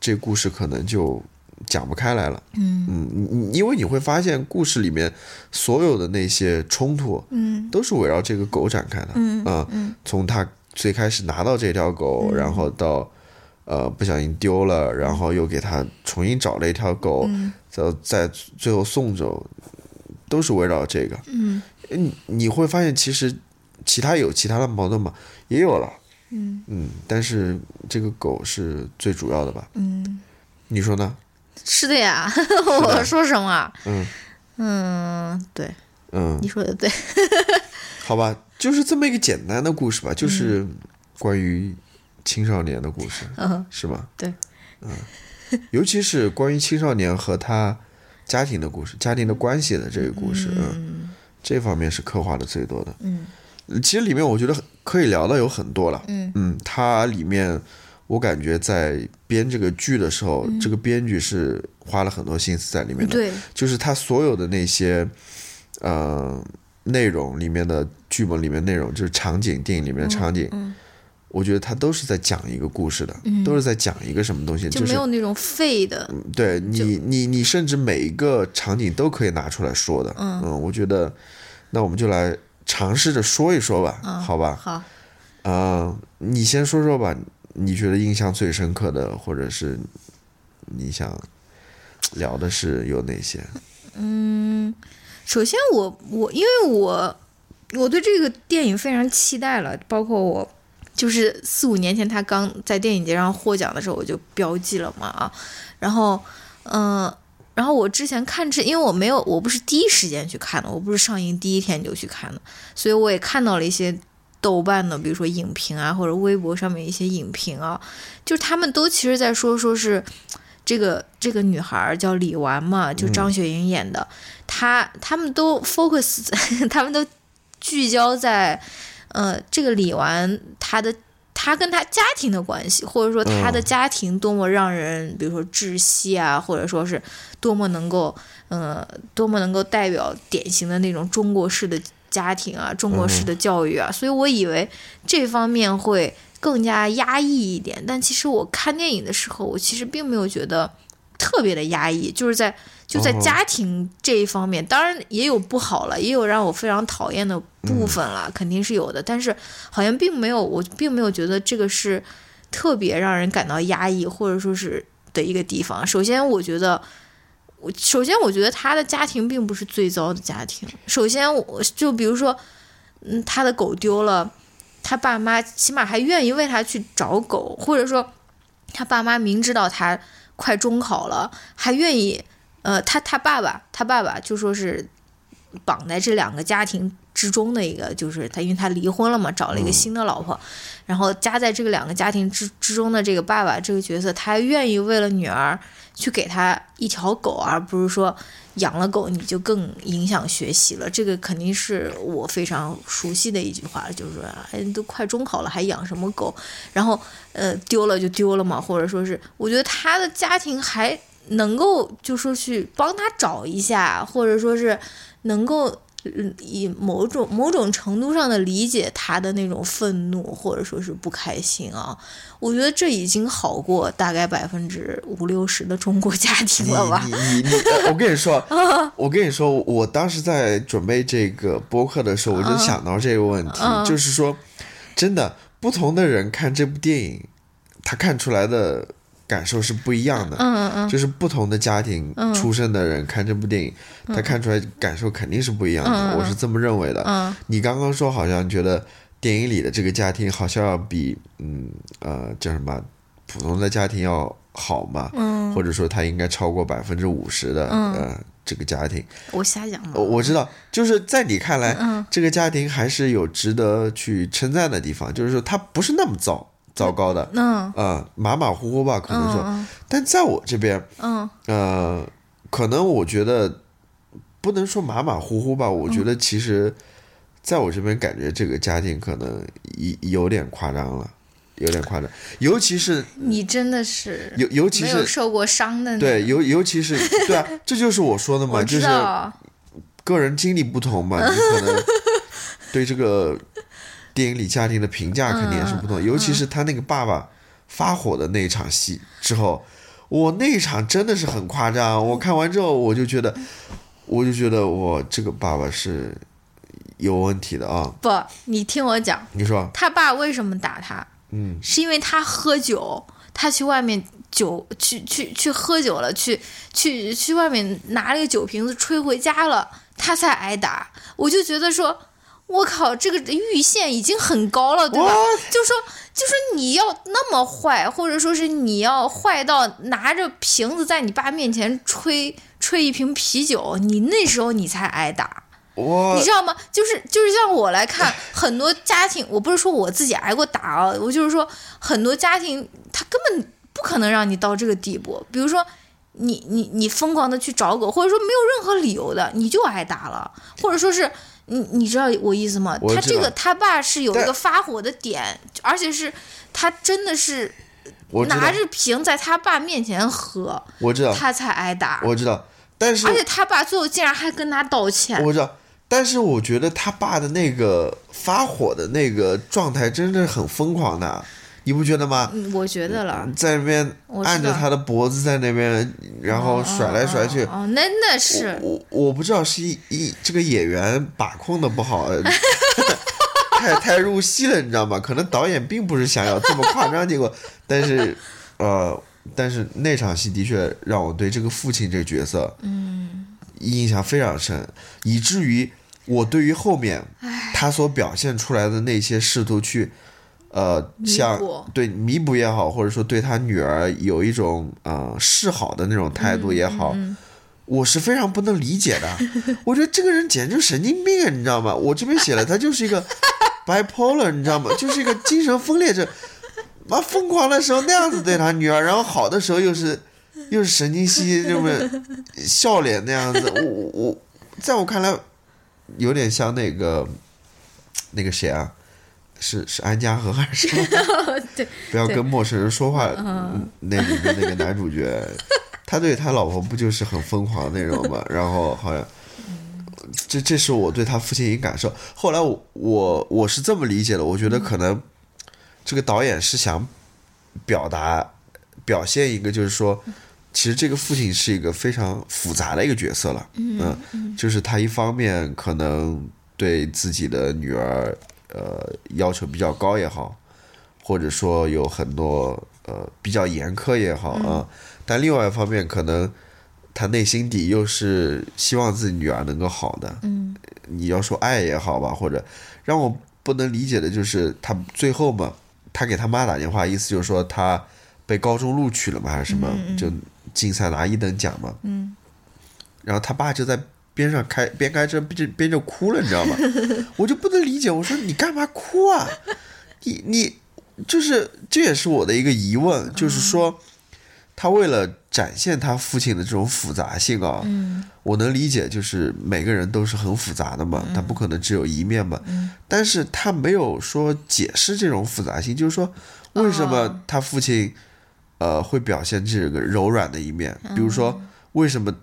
Speaker 2: 这故事可能就讲不开来了。
Speaker 3: 嗯
Speaker 2: 嗯，你你因为你会发现故事里面所有的那些冲突
Speaker 3: 嗯
Speaker 2: 都是围绕这个狗展开的。
Speaker 3: 嗯
Speaker 2: 啊、
Speaker 3: 嗯
Speaker 2: 从他最开始拿到这条狗，然后到呃不小心丢了，然后又给他重新找了一条狗，
Speaker 3: 嗯
Speaker 2: 再再最后送走，都是围绕这个。
Speaker 3: 嗯，
Speaker 2: 你你会发现其实其他有其他的矛盾嘛，也有了。
Speaker 3: 嗯
Speaker 2: 但是这个狗是最主要的吧？
Speaker 3: 嗯，
Speaker 2: 你说呢？
Speaker 3: 是的呀， (laughs) 我说什么？啊
Speaker 2: 嗯
Speaker 3: 嗯，对，
Speaker 2: 嗯
Speaker 3: 你，说的对。
Speaker 2: 好吧，就是这么一个简单的故事吧，就是关于青少年的故事，
Speaker 3: 嗯
Speaker 2: 是吧？
Speaker 3: 对，
Speaker 2: 嗯，尤其是关于青少年和他家庭的故事、家庭的关系的这个故事，嗯，这方面是刻画的最多的。
Speaker 3: 嗯
Speaker 2: 其实里面我觉得很可以聊的有很多了，
Speaker 3: 嗯
Speaker 2: 它里面我感觉在编这个剧的时候，这个编剧是花了很多心思在里面的，
Speaker 3: 嗯对，
Speaker 2: 就是他所有的那些，呃，内容里面的剧本里面内容，就是场景，电影
Speaker 3: 嗯
Speaker 2: 里面的场景，我觉得他都是在讲一个故事的，都是在讲一个什么东西，
Speaker 3: 嗯就
Speaker 2: 就是
Speaker 3: 没有那种废的。
Speaker 2: 对你，你你甚至每一个场景都可以拿出来说的，嗯我觉得，那我们就来尝试着说一说吧，
Speaker 3: 嗯
Speaker 2: 好吧？
Speaker 3: 好，
Speaker 2: 啊、你先说说吧，你觉得印象最深刻的，或者是你想聊的是有哪些？
Speaker 3: 首先我我因为我我对这个电影非常期待了，包括我就是四五年前他刚在电影节上获奖的时候，我就标记了嘛啊，然后嗯、呃然后我之前看这，因为我没有，我不是第一时间去看的，我不是上映第一天就去看的，所以我也看到了一些豆瓣的，比如说影评啊，或者微博上面一些影评啊，就是他们都其实在说，说是这个这个女孩儿叫李纨嘛，就张雪迎演的，她他们都 focus，在 (laughs) 他们都聚焦在，呃，这个李纨她的。她跟她家庭的关系，或者说她的
Speaker 2: 嗯
Speaker 3: 家庭多么让人，比如说窒息啊，或者说是多么能够，呃，多么能够代表典型的那种中国式的家庭啊，中国式的教育啊，所以我以为这方面会更加压抑一点。但其实我看电影的时候，我其实并没有觉得特别的压抑，就是在就在
Speaker 2: 哦
Speaker 3: 家庭这一方面，当然也有不好了，也有让我非常讨厌的部分了，肯定是有的。但是好像并没有，我并没有觉得这个是特别让人感到压抑，或者说是的一个地方。首先，我觉得。我首先，我觉得他的家庭并不是最糟的家庭。首先，我就比如说，嗯，他的狗丢了，他爸妈起码还愿意为他去找狗，或者说他爸妈明知道他快中考了，还愿意，呃，他他爸爸他爸爸就说是绑在这两个家庭之中的一个，就是他因为他离婚了嘛，找了一个新的老婆，然后夹在这个两个家庭之之中的这个爸爸这个角色，他还愿意为了女儿去给他一条狗，而不是说。养了狗，你就更影响学习了。这个肯定是我非常熟悉的一句话，就是说，哎，都快中考了，还养什么狗？然后，呃，丢了就丢了嘛，或者说是，呃我觉得他的家庭还能够就说去帮他找一下，或者说是能够。嗯以某种某种程度上的理解他的那种愤怒或者说是不开心啊，我觉得这已经好过大概百分之五六十的中国家庭了
Speaker 2: (laughs)
Speaker 3: 吧？嗯
Speaker 2: 你你你，呃我跟你
Speaker 3: (laughs)
Speaker 2: 说，我跟你说，我当时在准备这个播客的时候，我
Speaker 3: 嗯
Speaker 2: 就想到这个问题，就是说，真的，不同的人看这部电影，他看出来的感受是不一样的。
Speaker 3: 嗯嗯
Speaker 2: 就是不同的家庭出身的人看这部电影，他看出来感受肯定是不一样的，我是这么认为的。
Speaker 3: 嗯
Speaker 2: 你刚刚说好像觉得电影里的这个家庭好像要比嗯呃叫什么普通的家庭要好嘛，
Speaker 3: 嗯，
Speaker 2: 或者说它应该超过百分之五十的、
Speaker 3: 嗯
Speaker 2: 呃这个家庭，
Speaker 3: 我瞎讲的
Speaker 2: 我。我知道，就是在你看来，
Speaker 3: 嗯
Speaker 2: 这个家庭还是有值得去称赞的地方，就是说它不是那么糟糟糕的，
Speaker 3: 嗯
Speaker 2: 呃马马虎虎吧，可能说，
Speaker 3: 嗯
Speaker 2: 但在我这边，
Speaker 3: 嗯
Speaker 2: 呃，可能我觉得不能说马马虎虎
Speaker 3: 嗯
Speaker 2: 吧，我觉得其实在我这边感觉这个家庭可能有有点夸张了，有点夸张，尤其是
Speaker 3: 嗯，你真的是
Speaker 2: 尤尤其
Speaker 3: 没有
Speaker 2: 是
Speaker 3: 受过伤的那
Speaker 2: (laughs) 对，尤尤其是对啊，这就是我说的嘛，
Speaker 3: 我
Speaker 2: 就
Speaker 3: 知
Speaker 2: 是
Speaker 3: 道，
Speaker 2: 个人经历不同嘛，你
Speaker 3: (laughs)
Speaker 2: 可能对这个电影里家庭的评价肯定也是不同，
Speaker 3: 嗯
Speaker 2: 尤其是他那个爸爸发火的那一场戏之后，我那一场真的是很夸张，啊我看完之后我就觉得，我就觉得我这个爸爸是有问题的啊！
Speaker 3: 不，你听我讲，
Speaker 2: 你说，
Speaker 3: 他爸为什么打他？
Speaker 2: 嗯，
Speaker 3: 是因为他喝酒，他去外面酒去去去喝酒了，去去去外面拿了个酒瓶子吹回家了，他才挨打。我就觉得说，我靠，这个阈限已经很高了，对吧
Speaker 2: What？
Speaker 3: 就说就说你要那么坏，或者说是你要坏到拿着瓶子在你爸面前吹吹一瓶啤酒，你那时候你才挨打。
Speaker 2: 我
Speaker 3: 你知道吗？就是就是像我来
Speaker 2: (laughs)
Speaker 3: 看，很多家庭，我不是说我自己挨过打啊，我就是说很多家庭他根本不可能让你到这个地步。比如说你你你疯狂的去找狗，或者说没有任何理由的你就挨打了，或者说是。你你知道我意思吗？
Speaker 2: 我
Speaker 3: 他
Speaker 2: 知
Speaker 3: 这个
Speaker 2: 道
Speaker 3: 他爸是有一
Speaker 2: 但
Speaker 3: 个发火的点，而且是他真的是
Speaker 2: 我知道
Speaker 3: 拿，着瓶在他爸面前喝，
Speaker 2: 我知道，
Speaker 3: 他才挨打，
Speaker 2: 我知道，但是
Speaker 3: 而且他爸最后竟然还跟他道歉。
Speaker 2: 我知道。但是我觉得他爸的那个发火的那个状态真的很疯狂的，你不觉得吗？
Speaker 3: 嗯，我觉得了，
Speaker 2: 在那边
Speaker 3: 我知道
Speaker 2: 按着他的脖子在那边，然后甩来甩去。
Speaker 3: 哦，哦那那是 (laughs)
Speaker 2: 我我不知道是一一这个演员把控的不好， (laughs) 呃太太入戏了，你知道吗？可能导演并不是想要这么夸张，结果，但是，呃，但是那场戏的确让我对这个父亲这个角色，嗯，印象非常深，以至于我对于后面他所表现出来的那些试图去，呃，像
Speaker 3: 补
Speaker 2: 对弥补也好，或者说对他女儿有一种呃示好的那种态度也好，我是非常不能理解的。我觉得这个人简直就是神经病啊，你知道吗？我这边写了，他就是一个 (laughs) bipolar，你知道吗？就是一个精神分裂症。妈疯狂的时候那样子对他女儿，然后好的时候又是又是神经兮兮，那么笑脸那样子。我我我，在我看来，有点像那个那个谁啊，是是安家和还是什么？
Speaker 3: 对，
Speaker 2: 不要跟陌生人说话。嗯那里面那个男主 (laughs) 角，他对他老婆不就是很疯狂的那种嘛？然后好像。嗯这这是我对他父亲一感受。后来我我我是这么理解的，我觉得可能这个导演是想表达表现一个，就是说，其实这个父亲是一个非常复杂的一个角色了。嗯，就是他一方面可能对自己的女儿呃要求比较高也好，或者说有很多呃比较严苛也好啊、但另外一方面可能。他内心底又是希望自己女儿能够好的，嗯，你要说爱也好吧，或者让我不能理解的就是他最后嘛，他给他妈打电话，意思就是说他被高中录取了嘛，还是什么，就竞赛拿一等奖嘛，嗯，然后他爸就在边上开边开车边边就哭了，你知道吗？ (laughs) 我就不能理解，我说你干嘛哭啊？你你就是这也是我的一个疑问，就是说。他为了展现他父亲的这种复杂性啊，我能理解，就是每个人都是很复杂的嘛，他不可能只有一面嘛。但是他没有说解释这种复杂性，就是说为什么他父亲、呃会表现这个柔软的一面，比如说为什么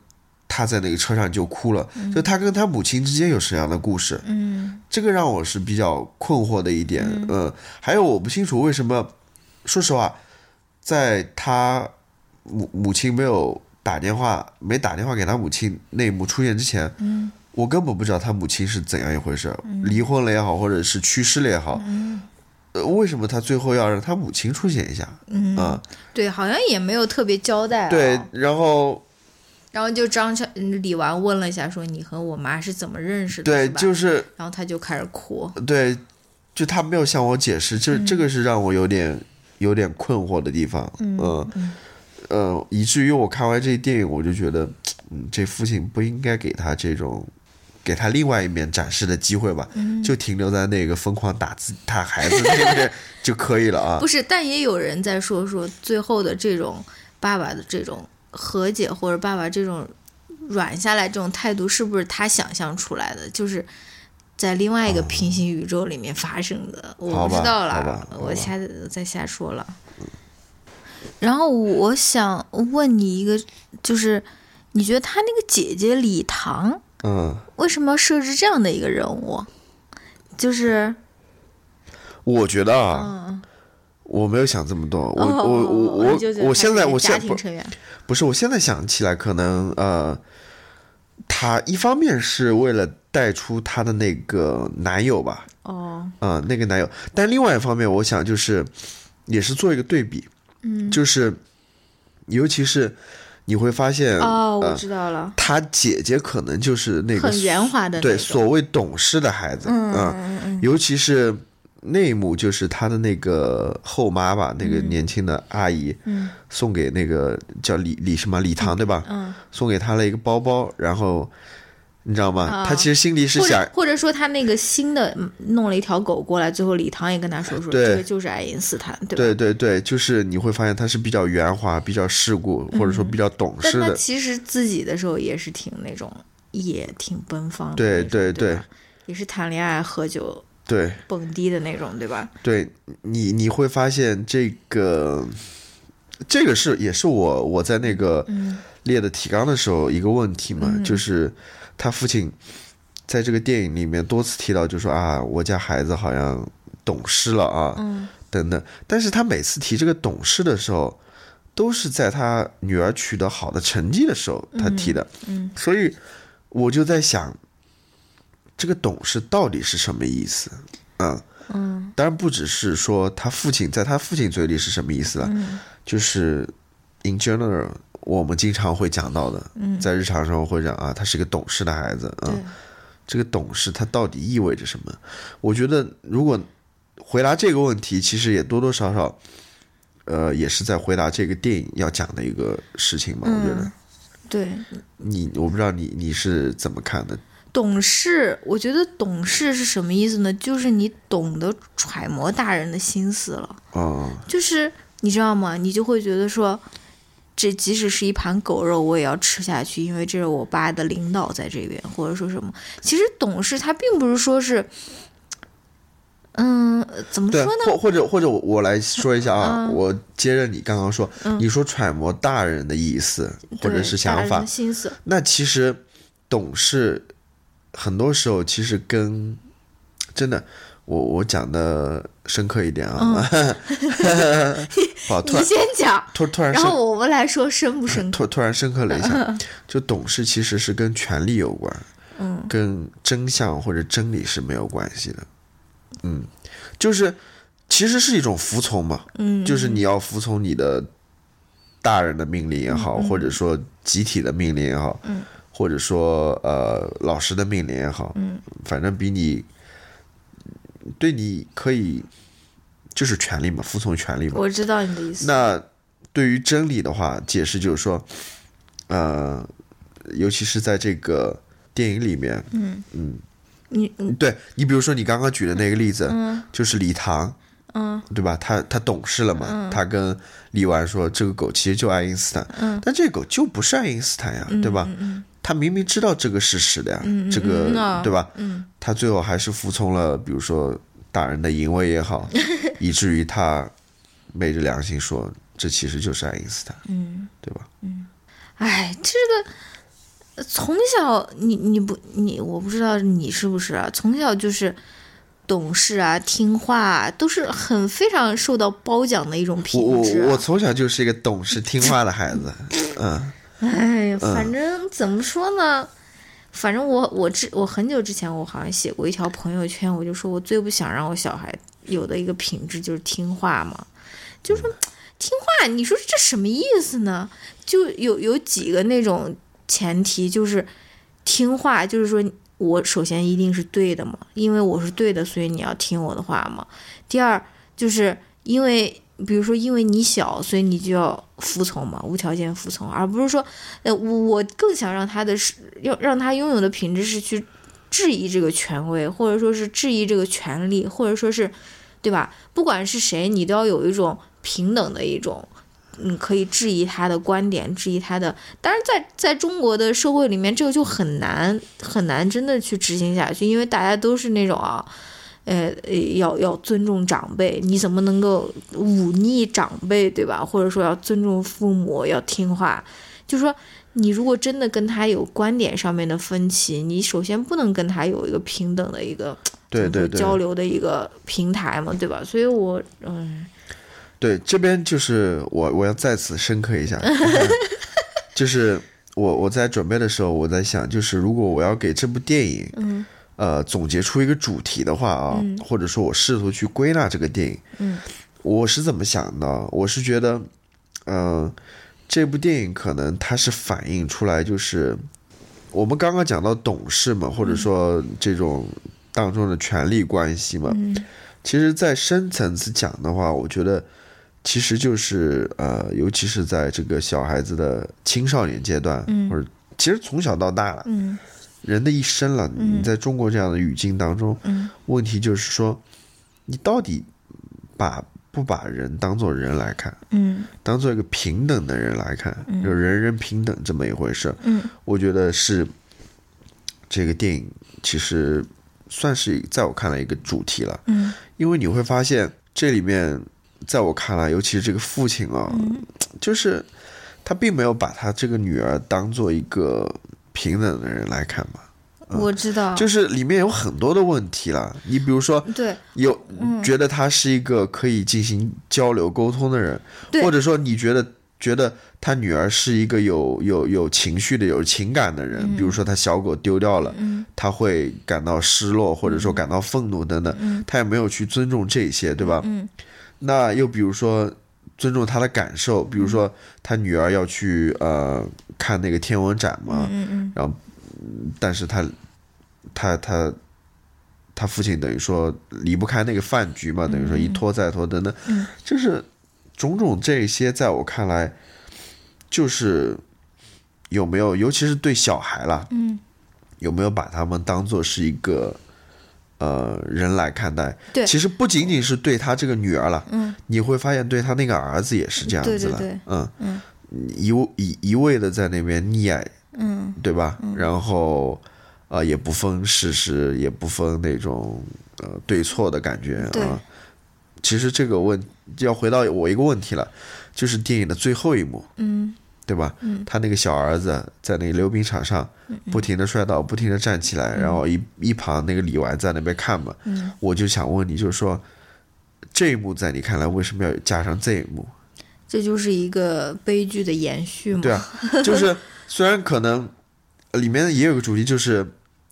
Speaker 2: 他在那个车上就哭了，就他跟他母亲之间有什么样的故事？
Speaker 3: 嗯
Speaker 2: 这个让我是比较困惑的一点。嗯、还有我不清楚为什么，说实话，在他母母亲没有打电话，没打电话给他母亲那一幕出现之前，嗯，我根本不知道他母亲是怎样一回事，离婚了也好，或者是去世了也好，呃，为什么他最后要让他母亲出现一下？
Speaker 3: 嗯
Speaker 2: 啊
Speaker 3: 对，好像也没有特别交代、啊。
Speaker 2: 对，然后
Speaker 3: 然后就张成嗯李纨问了一下，说你和我妈是怎么认识的？
Speaker 2: 对，
Speaker 3: 是吧
Speaker 2: 就是
Speaker 3: 然后他就开始哭。
Speaker 2: 对，就他没有向我解释，
Speaker 3: 嗯
Speaker 2: 这这个是让我有点有点困惑的地方，嗯呃，以至于我看完这电影，我就觉得，嗯，这父亲不应该给他这种，给他另外一面展示的机会吧，
Speaker 3: 嗯
Speaker 2: 就停留在那个疯狂打自打孩子那
Speaker 3: (laughs)
Speaker 2: 边就可以了啊
Speaker 3: 不。是，但也有人在说说最后的这种爸爸的这种和解，或者爸爸这种软下来这种态度，是不是他想象出来的？就是在另外一个平行宇宙里面发生的，
Speaker 2: 哦好
Speaker 3: 我不
Speaker 2: 吧
Speaker 3: 知道
Speaker 2: 好吧
Speaker 3: 啦，
Speaker 2: 好
Speaker 3: 我
Speaker 2: 吧
Speaker 3: 瞎再瞎说了。
Speaker 1: 然后我想问你一个，就是你觉得他那个姐姐李唐
Speaker 2: 嗯，
Speaker 1: 为什么要设置这样的一个人物？就是
Speaker 2: 我觉得啊，我没有想这么多，我
Speaker 3: 嗯哦
Speaker 2: 我我
Speaker 3: 你就觉
Speaker 2: 我
Speaker 3: 得
Speaker 2: 我
Speaker 3: 他
Speaker 2: 现
Speaker 3: 是
Speaker 2: 在
Speaker 3: 一个
Speaker 2: 我
Speaker 3: 家
Speaker 2: 现
Speaker 3: 庭
Speaker 2: 不
Speaker 3: 成员，
Speaker 2: 不是，我现在想起来，可能呃，她一方面是为了带出她的那个男友吧，
Speaker 3: 哦，
Speaker 2: 啊、那个男友，但另外一方面，我想就是也是做一个对比，嗯，就是尤其是你会发现，
Speaker 3: 哦，我
Speaker 2: 呃，
Speaker 3: 知道了，
Speaker 2: 她姐姐可能就是那个
Speaker 3: 很圆滑的
Speaker 2: 对
Speaker 3: 那种
Speaker 2: 所谓懂事的孩子，嗯，尤其是那一幕，就是她的那个后妈吧，那
Speaker 3: 嗯
Speaker 2: 个年轻的阿姨，嗯，送给那个叫李李什么李唐对吧？嗯，送给她了一个包包，然后你知道吗？她其实心里是
Speaker 3: 啊或
Speaker 2: 想
Speaker 3: 者，或者说他那个新的嗯弄了一条狗过来，最后李唐也跟他说说，
Speaker 2: 对
Speaker 3: 这个就是爱因斯坦，对吧？
Speaker 2: 对对对，就是你会发现她是比较圆滑、比较世故，或者说比较懂
Speaker 3: 嗯但
Speaker 2: 事
Speaker 3: 他
Speaker 2: 的，
Speaker 3: 其实自己的时候也是挺那种，也挺奔放的
Speaker 2: 对
Speaker 3: 那种，对
Speaker 2: 对对
Speaker 3: 吧也是谈恋爱、喝酒、
Speaker 2: 对。
Speaker 3: 蹦迪的那种，对吧？
Speaker 2: 对你你会发现这个，这个是也是我我在那个列的提纲的时候一个问题嘛，就是他父亲在这个电影里面多次提到，就说啊，我家孩子好像懂事了啊，等等。但是他每次提这个懂事的时候，都是在他女儿取得好的成绩的时候他提的，所以我就在想，这个懂事到底是什么意思？嗯。当然不只是说他父亲在他父亲嘴里是什么意思了，啊就是 in general 我们经常会讲到的，在日常生活会讲啊，他是个懂事的孩子，嗯，这个懂事它到底意味着什么？我觉得如果回答这个问题，其实也多多少少，呃，也是在回答这个电影要讲的一个事情吧。我觉得
Speaker 3: 对，
Speaker 2: 你，我不知道你你是怎么看的。
Speaker 3: 懂事，我觉得懂事是什么意思呢？就是你懂得揣摩大人的心思了。
Speaker 2: 哦，
Speaker 3: 就是你知道吗？你就会觉得说，这即使是一盘狗肉，我也要吃下去，因为这是我爸的领导在这边，或者说什么。其实懂事，他并不是说是，嗯，呃怎么说
Speaker 2: 对，
Speaker 3: 呢？
Speaker 2: 或或者或者我我来说一下啊， (laughs) 我接着你刚刚说，
Speaker 3: 嗯
Speaker 2: 你说揣摩大人的意思或者
Speaker 3: 对
Speaker 2: 是
Speaker 3: 大
Speaker 2: 想
Speaker 3: 人
Speaker 2: 法
Speaker 3: 的，心思，
Speaker 2: 那其实懂事，很多时候其实跟真的，我我讲的深刻一点啊，
Speaker 3: 嗯
Speaker 2: 好，
Speaker 3: 你
Speaker 2: 突然
Speaker 3: 先讲，
Speaker 2: (laughs) 突突然
Speaker 3: 然
Speaker 2: 深
Speaker 3: 后我们来说深不深刻。
Speaker 2: 突突然深刻了一
Speaker 3: (laughs)
Speaker 2: 下，就懂事其实是跟权力有关，
Speaker 3: 嗯，
Speaker 2: 跟真相或者真理是没有关系的，嗯，就是其实是一种服从嘛，
Speaker 3: 嗯，
Speaker 2: 就是你要服从你的大人的命令也好，或者说集体的命令也好，
Speaker 3: 嗯
Speaker 2: 或者说呃老师的命令也好，
Speaker 3: 嗯
Speaker 2: 反正比你对你可以就是权利嘛，服从权利嘛。
Speaker 3: 我知道你的意思。
Speaker 2: 那对于真理的话，解释就是说，呃，尤其是在这个电影里面，
Speaker 3: 嗯
Speaker 2: 嗯
Speaker 3: 你嗯你
Speaker 2: 对你比如说你刚刚举的那个例子，就是李唐，
Speaker 3: 嗯，
Speaker 2: 对吧？他他懂事了嘛？他跟李纨说，这个狗其实就爱因斯坦，
Speaker 3: 嗯
Speaker 2: 但这个狗就不是爱因斯坦呀，对吧？他明明知道这个事实的呀，
Speaker 3: 嗯嗯
Speaker 2: 这个、
Speaker 3: 嗯啊
Speaker 2: 对吧？
Speaker 3: 嗯
Speaker 2: 他最后还是服从了，比如说大人的淫威
Speaker 3: (laughs)
Speaker 2: 也好，以至于他昧着良心说，这其实就是爱因斯坦，
Speaker 3: 嗯。
Speaker 2: 对吧？
Speaker 3: 哎，这个呃从小你你不你我不知道你是不是啊？从小就是懂事啊、听话啊，都是很非常受到褒奖的一种
Speaker 2: 我
Speaker 3: 品
Speaker 2: 我
Speaker 3: 质、啊。
Speaker 2: 我从小就是一个懂事听话的孩子，嗯
Speaker 3: 哎，反正怎么说呢？反正我我之我很久之前我好像写过一条朋友圈，我就说我最不想让我小孩有的一个品质就是听话嘛，就是说听话，你说这什么意思呢？就有有几个那种前提，就是听话，就是说我首先一定是对的嘛，因为我是对的，所以你要听我的话嘛。第二就是因为。比如说，因为你小，所以你就要服从嘛，无条件服从，而不是说呃，我我更想让他的是，要让他拥有的品质是去质疑这个权威，或者说是质疑这个权利，或者说是，对吧？不管是谁，你都要有一种平等的一种，嗯，可以质疑他的观点，质疑他的。当然在，在中国的社会里面，这个就很难很难真的去执行下去，因为大家都是那种啊。呃，呃要要尊重长辈，你怎么能够忤逆长辈，对吧？或者说要尊重父母，要听话，就说你如果真的跟他有观点上面的分歧，你首先不能跟他有一个平等的一个怎么
Speaker 2: 对对
Speaker 3: 说
Speaker 2: 对，
Speaker 3: 交流的一个平台嘛，对吧？所以我嗯，
Speaker 2: 对，这边就是我我要再次深刻
Speaker 3: (laughs)
Speaker 2: 一下，就是我我在准备的时候，我在想，就是如果我要给这部电影，
Speaker 3: 嗯
Speaker 2: 呃，总结出一个主题的话啊，
Speaker 3: 嗯
Speaker 2: 或者说我试图去归纳这个电影，
Speaker 3: 嗯，
Speaker 2: 我是怎么想的？我是觉得，嗯、这部电影可能它是反映出来，就是我们刚刚讲到懂事嘛，
Speaker 3: 嗯
Speaker 2: 或者说这种当中的权力关系嘛，
Speaker 3: 嗯
Speaker 2: 其实，在深层次讲的话，我觉得其实就是呃，尤其是在这个小孩子的青少年阶段，
Speaker 3: 嗯
Speaker 2: 或者其实从小到大了，
Speaker 3: 嗯
Speaker 2: 人的一生了，你在中国这样的语境当中，
Speaker 3: 嗯
Speaker 2: 问题就是说，你到底把不把人当做人来看，
Speaker 3: 嗯
Speaker 2: 当做一个平等的人来看，就人人平等这么一回事，
Speaker 3: 嗯
Speaker 2: 我觉得是这个电影其实算是在我看来一个主题了。
Speaker 3: 嗯
Speaker 2: 因为你会发现这里面，在我看来，尤其是这个父亲啊、
Speaker 3: 嗯
Speaker 2: 就是他并没有把他这个女儿当做一个平等的人来看嘛，
Speaker 3: 我知道，
Speaker 2: 嗯就是里面有很多的问题啦。你比如说，
Speaker 3: 对
Speaker 2: 有
Speaker 3: 嗯
Speaker 2: 觉得他是一个可以进行交流沟通的人，
Speaker 3: 对
Speaker 2: 或者说你觉得。觉得他女儿是一个有有有情绪的、有情感的
Speaker 3: 嗯
Speaker 2: 人，比如说他小狗丢掉了，他会感到失落，或者
Speaker 3: 嗯
Speaker 2: 说感到愤怒等等，他也没有去尊重这些，对吧？
Speaker 3: 嗯
Speaker 2: 那又比如说尊重他的感受，比如说他女儿要
Speaker 3: 嗯
Speaker 2: 去呃看那个天文展嘛，
Speaker 3: 嗯嗯
Speaker 2: 但是他他他他父亲等于说离不开那个饭局
Speaker 3: 嗯
Speaker 2: 嘛，等于说一拖再拖等等，就是种种这些，在我看来，就是有没有，尤其是对小孩啦，嗯，有没有把他们当做是一个。呃，人来看待，
Speaker 3: 对
Speaker 2: 其实不仅仅是对他这个女儿了，嗯，你会发现对他那个儿子也是这样
Speaker 3: 对
Speaker 2: 子
Speaker 3: 对
Speaker 2: 的，
Speaker 3: 对
Speaker 2: 嗯嗯，一一一味的在那边溺爱，嗯，对吧？然后呃，也不分事实，也不分那种呃对错的感觉啊、
Speaker 3: 对
Speaker 2: 其实这个问要回到我一个问题了，就是电影的最后一幕，嗯，对吧？嗯，他那个小儿子在那个溜冰场上不停的摔倒，不停的站起来，然后一一旁那个李纨在那边看嘛，嗯，我就想问你，就是说这一幕在你看来为什么要加上这一幕？
Speaker 3: 这就是一个悲剧的延续嘛。
Speaker 2: 对啊，就是虽然可能里面也有个主题，就是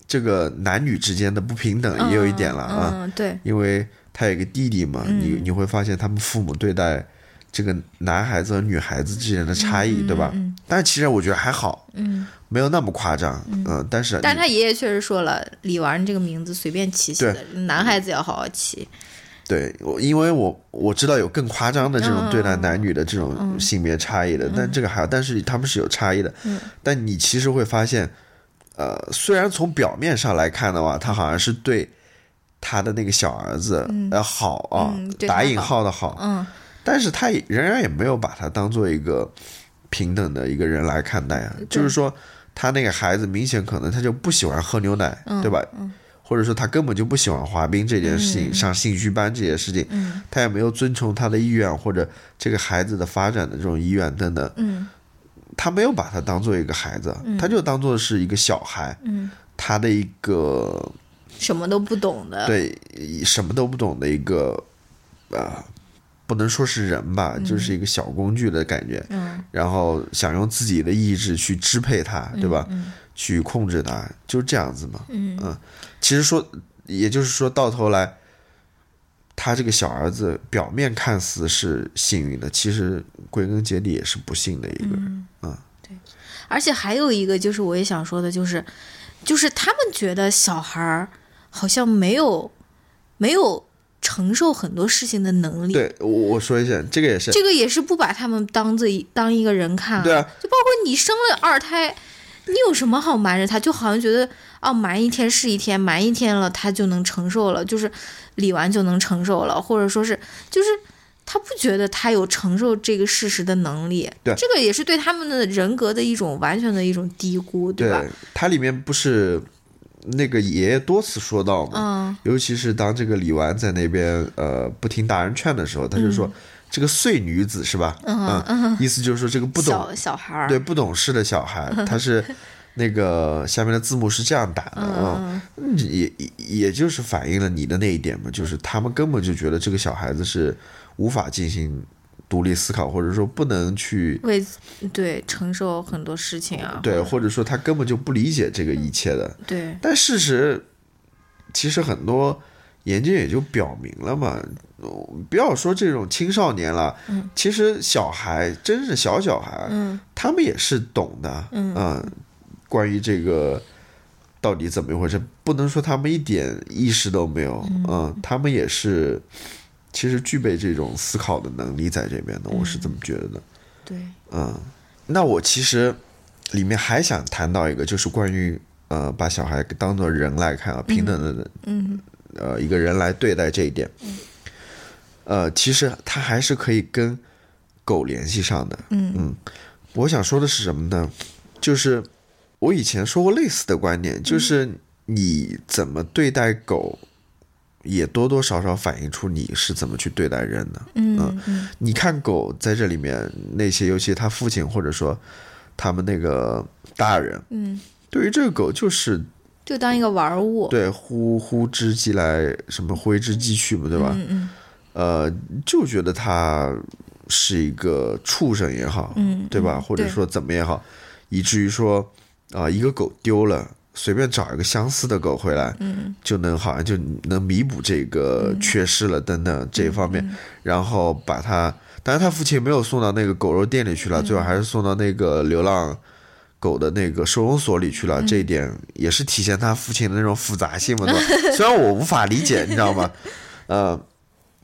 Speaker 2: 这个男女之间的不平等也有一点了啊，
Speaker 3: 嗯，对，
Speaker 2: 因为他有一个弟弟嘛，你你会发现他们父母对待这个男孩子和女孩子之间的差异，对吧？但是其实我觉得还好，嗯，没有那么夸张，嗯，但是
Speaker 3: 但是他爷爷确实说了，李纨这个名字随便起起的，男孩子要好好起。
Speaker 2: 对我，因为我我知道有更夸张的这
Speaker 3: 嗯
Speaker 2: 种对待男女的这种性别差异的，但这个还好，但是他们是有差异的。
Speaker 3: 嗯
Speaker 2: 但你其实会发现，呃，虽然从表面上来看的话，他好像是对他的那个小儿子、呃好啊，
Speaker 3: 嗯对
Speaker 2: 打
Speaker 3: 他
Speaker 2: 引
Speaker 3: 好
Speaker 2: 号的好，
Speaker 3: 嗯，
Speaker 2: 但是他也仍然也没有把他当做一个平等的一个人来看待啊，就是说他那个孩子明显可能他就不喜欢喝牛奶，
Speaker 3: 嗯
Speaker 2: 对吧？或者说他根本就不喜欢滑冰这件事情，上兴趣班这件事情，他也没有遵从他的意愿或者这个孩子的发展的这种意愿等等，他没有把他当做一个孩子，他就当做是一个小孩，他的一个
Speaker 3: 什么都不懂的。
Speaker 2: 对什么都不懂的一个，呃，不能说是人吧，就是一个小工具的感觉。嗯，然后想用自己的意志去支配它，对吧？去控制它，就这样子嘛。嗯其实说，也就是说，到头来，他这个小儿子表面看似是幸运的，其实归根结底也是不幸的一个人。
Speaker 3: 而且还有一个就是我也想说的，就是就是他们觉得小孩儿好像没有没有承受很多事情的能力。
Speaker 2: 对我，我说一下，这个也是。
Speaker 3: 这个也是不把他们当做一当一个人看、
Speaker 2: 对啊，
Speaker 3: 就包括你生了二胎，你有什么好瞒着他？就好像觉得哦，瞒一天是一天，瞒一天了他就能承受了，就是理完就能承受了，或者说是就是他不觉得他有承受这个事实的能力。
Speaker 2: 对
Speaker 3: 这个也是对他们的人格的一种完全的一种低估，对吧？
Speaker 2: 它里面不是那个爷爷多次说到嘛，尤其是当这个李纨在那边呃不听大人劝的时候，他就说、这个碎女子是吧？嗯，意思就是说这个不懂
Speaker 3: 小小孩儿，
Speaker 2: 对不懂事的小 (laughs) 孩，他是那个下面的字幕是这样打的啊，嗯也也也就是反映了你的那一点嘛，就是他们根本就觉得这个小孩子是无法进行独立思考，或者说不能去。
Speaker 3: 为对承受很多事情啊，
Speaker 2: 对，或者说他根本就不理解这个一切的，
Speaker 3: 对
Speaker 2: 但事实其实很多研究也就表明了嘛，呃不要说这种青少年了，其实小孩，真是小小孩，他们也是懂的，嗯、关于这个到底怎么一回事，不能说他们一点意识都没有，嗯、他们也是其实具备这种思考的能力在这边的，我是这么觉得的。
Speaker 3: 对，
Speaker 2: 那我其实里面还想谈到一个，就是关于呃把小孩当做人来看啊，平等的人，嗯，呃一个人来对待这一点，呃，其实他还是可以跟狗联系上的，嗯我想说的是什么呢？就是我以前说过类似的观点，就是你怎么对待狗。也多多少少反映出你是怎么去对待人的。
Speaker 3: 嗯嗯
Speaker 2: 你看狗在这里面那些，尤其他父亲或者说他们那个大人，
Speaker 3: 嗯，
Speaker 2: 对于这个狗就是
Speaker 3: 就当一个玩物，
Speaker 2: 对呼呼之即来，什么挥之即去嘛，对吧？
Speaker 3: 嗯嗯
Speaker 2: 呃，就觉得它是一个畜生也好，
Speaker 3: 嗯
Speaker 2: 对吧？
Speaker 3: 嗯
Speaker 2: 或者
Speaker 3: 对
Speaker 2: 说怎么也好，以至于说啊、一个狗丢了。随便找一个相似的狗回来，嗯、就能好像就能弥补这个
Speaker 3: 嗯
Speaker 2: 缺失了等等这一方面，然后把
Speaker 3: 嗯
Speaker 2: 它，但是他父亲没有送到那个狗肉店里去了，最后还是送到那个流浪狗的那个收容所里去了，
Speaker 3: 嗯
Speaker 2: 这一点也是体现他父亲的那种复杂性嘛，对
Speaker 3: (laughs)
Speaker 2: 吧？虽然我无法理解，你知道吗？呃，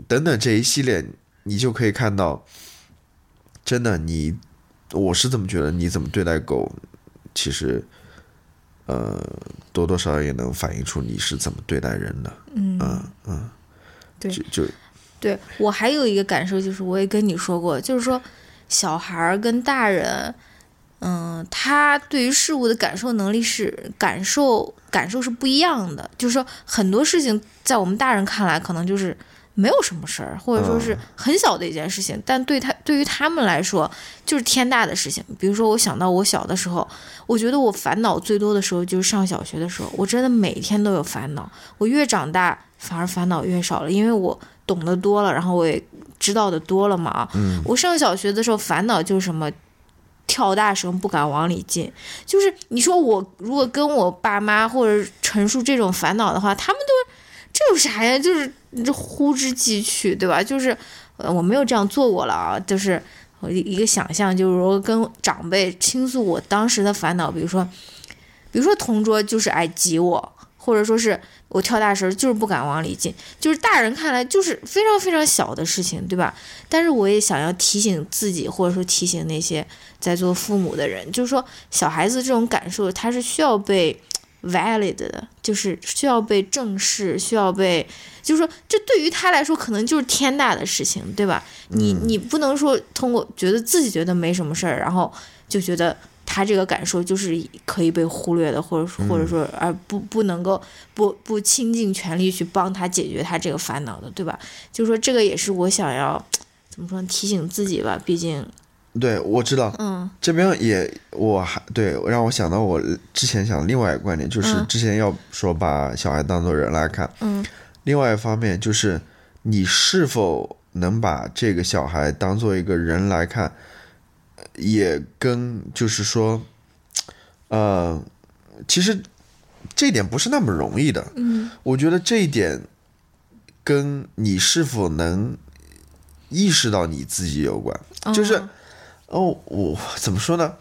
Speaker 2: 等等这一系列，你就可以看到，真的你，我是这么觉得，你怎么对待狗，其实，呃，多多少少也能反映出你是怎么对待人的，
Speaker 3: 嗯
Speaker 2: 嗯嗯，
Speaker 3: 对
Speaker 2: 就就
Speaker 3: 对我还有一个感受就是，我也跟你说过，就是说小孩儿跟大人，嗯，他对于事物的感受能力是感受感受是不一样的。就是说，很多事情在我们大人看来可能就是没有什么事儿，或者说是很小的一件事情，但对他对于他们来说就是天大的事情。比如说，我想到我小的时候，我觉得我烦恼最多的时候就是上小学的时候，我真的每天都有烦恼。我越长大反而烦恼越少了，因为我懂得多了，然后我也知道的多了嘛啊。我上小学的时候烦恼就是什么。跳大绳不敢往里进，就是你说我如果跟我爸妈或者陈述这种烦恼的话，他们都这有啥呀？就是这呼之即去，对吧？就是呃，我没有这样做过了啊，就是我一一个想象，就是我跟长辈倾诉我当时的烦恼，比如说，比如说同桌就是爱挤我，或者说是我跳大绳就是不敢往里进，就是大人看来就是非常非常小的事情，对吧？但是我也想要提醒自己，或者说提醒那些在做父母的人，就是说小孩子这种感受，他是需要被 valid 的，就是需要被正视，需要被，就是说这对于他来说可能就是天大的事情，对吧？你你不能说通过觉得自己觉得没什么事儿，然后就觉得。他这个感受就是可以被忽略的，或者说或者说而不不能够不不倾尽全力去帮他解决他这个烦恼的，对吧？就是说这个也是我想要怎么说呢提醒自己吧，毕竟
Speaker 2: 对我知道，
Speaker 3: 嗯
Speaker 2: 这边也，我还对让我想到我之前想的另外一个观点，就是
Speaker 3: 嗯
Speaker 2: 之前要说把小孩当做人来看，
Speaker 3: 嗯
Speaker 2: 另外一方面就是你是否能把这个小孩当做一个人来看，也跟就是说，呃，其实这一点不是那么容易的。
Speaker 3: 嗯，
Speaker 2: 我觉得这一点跟你是否能意识到你自己有关。就是
Speaker 3: 嗯
Speaker 2: 哦，我怎么说呢？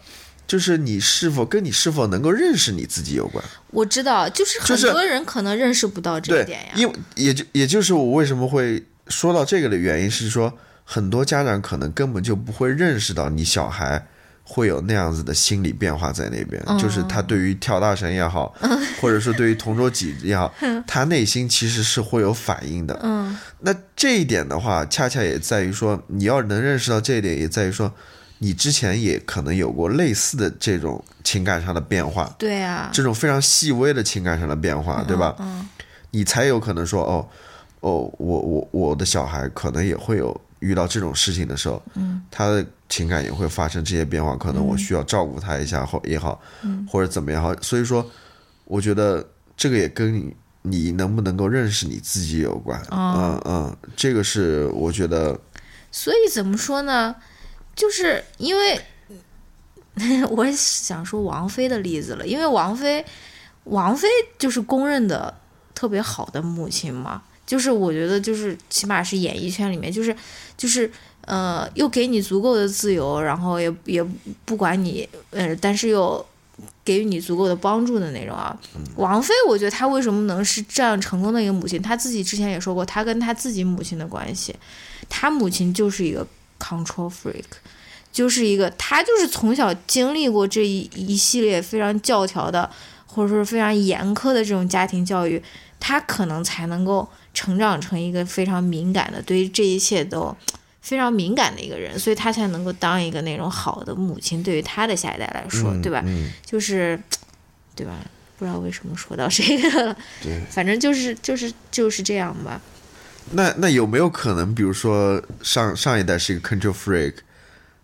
Speaker 2: 就是你是否跟你是否能够认识你自己有关。
Speaker 3: 我知道，就是很
Speaker 2: 就是
Speaker 3: 多人可能认识不到这一
Speaker 2: 对
Speaker 3: 点呀，，
Speaker 2: 因为也就也就是我为什么会说到这个的原因是说，很多家长可能根本就不会认识到你小孩会有那样子的心理变化在那边，
Speaker 3: 哦
Speaker 2: 就是他对于跳大神也好，
Speaker 3: 嗯
Speaker 2: (laughs) 或者说对于同桌挤也好，他内心其实是会有反应的。
Speaker 3: 嗯
Speaker 2: 那这一点的话，恰恰也在于说，你要能认识到这一点，也在于说，你之前也可能有过类似的这种情感上的变化，
Speaker 3: 对呀、
Speaker 2: 这种非常细微的情感上的变化，对吧？
Speaker 3: 啊嗯
Speaker 2: 你才有可能说，哦，哦，我我我的小孩可能也会有遇到这种事情的时候，
Speaker 3: 嗯，
Speaker 2: 他的情感也会发生这些变化，可能我需要照顾他一下或也好，
Speaker 3: 嗯
Speaker 2: 或者怎么样也好，所以说，我觉得这个也跟你你能不能够认识你自己有关，
Speaker 3: 哦
Speaker 2: 嗯嗯，这个是我觉得，
Speaker 3: 所以怎么说呢？就是因为 (laughs) 我想说王菲的例子了，因为王菲，王菲就是公认的特别好的母亲嘛，就是我觉得就是起码是演艺圈里面，就是就是呃，又给你足够的自由，然后也也不管你，呃，但是又。给予你足够的帮助的那种啊，王菲，我觉得她为什么能是这样成功的一个母亲？她自己之前也说过，她跟她自己母亲的关系，他母亲就是一个 control freak，就是一个他就是从小经历过这一一系列非常教条的，或者说是非常严苛的这种家庭教育，他可能才能够成长成一个非常敏感的，对于这一切都非常敏感的一个人，所以他才能够当一个那种好的母亲，对于他的下一代来说，
Speaker 2: 嗯
Speaker 3: 对吧？
Speaker 2: 嗯，
Speaker 3: 就是，对吧？不知道为什么说到这个了，
Speaker 2: 对。
Speaker 3: 反正就是就是就是这样吧。
Speaker 2: 那那有没有可能，比如说上上一代是一个 control freak，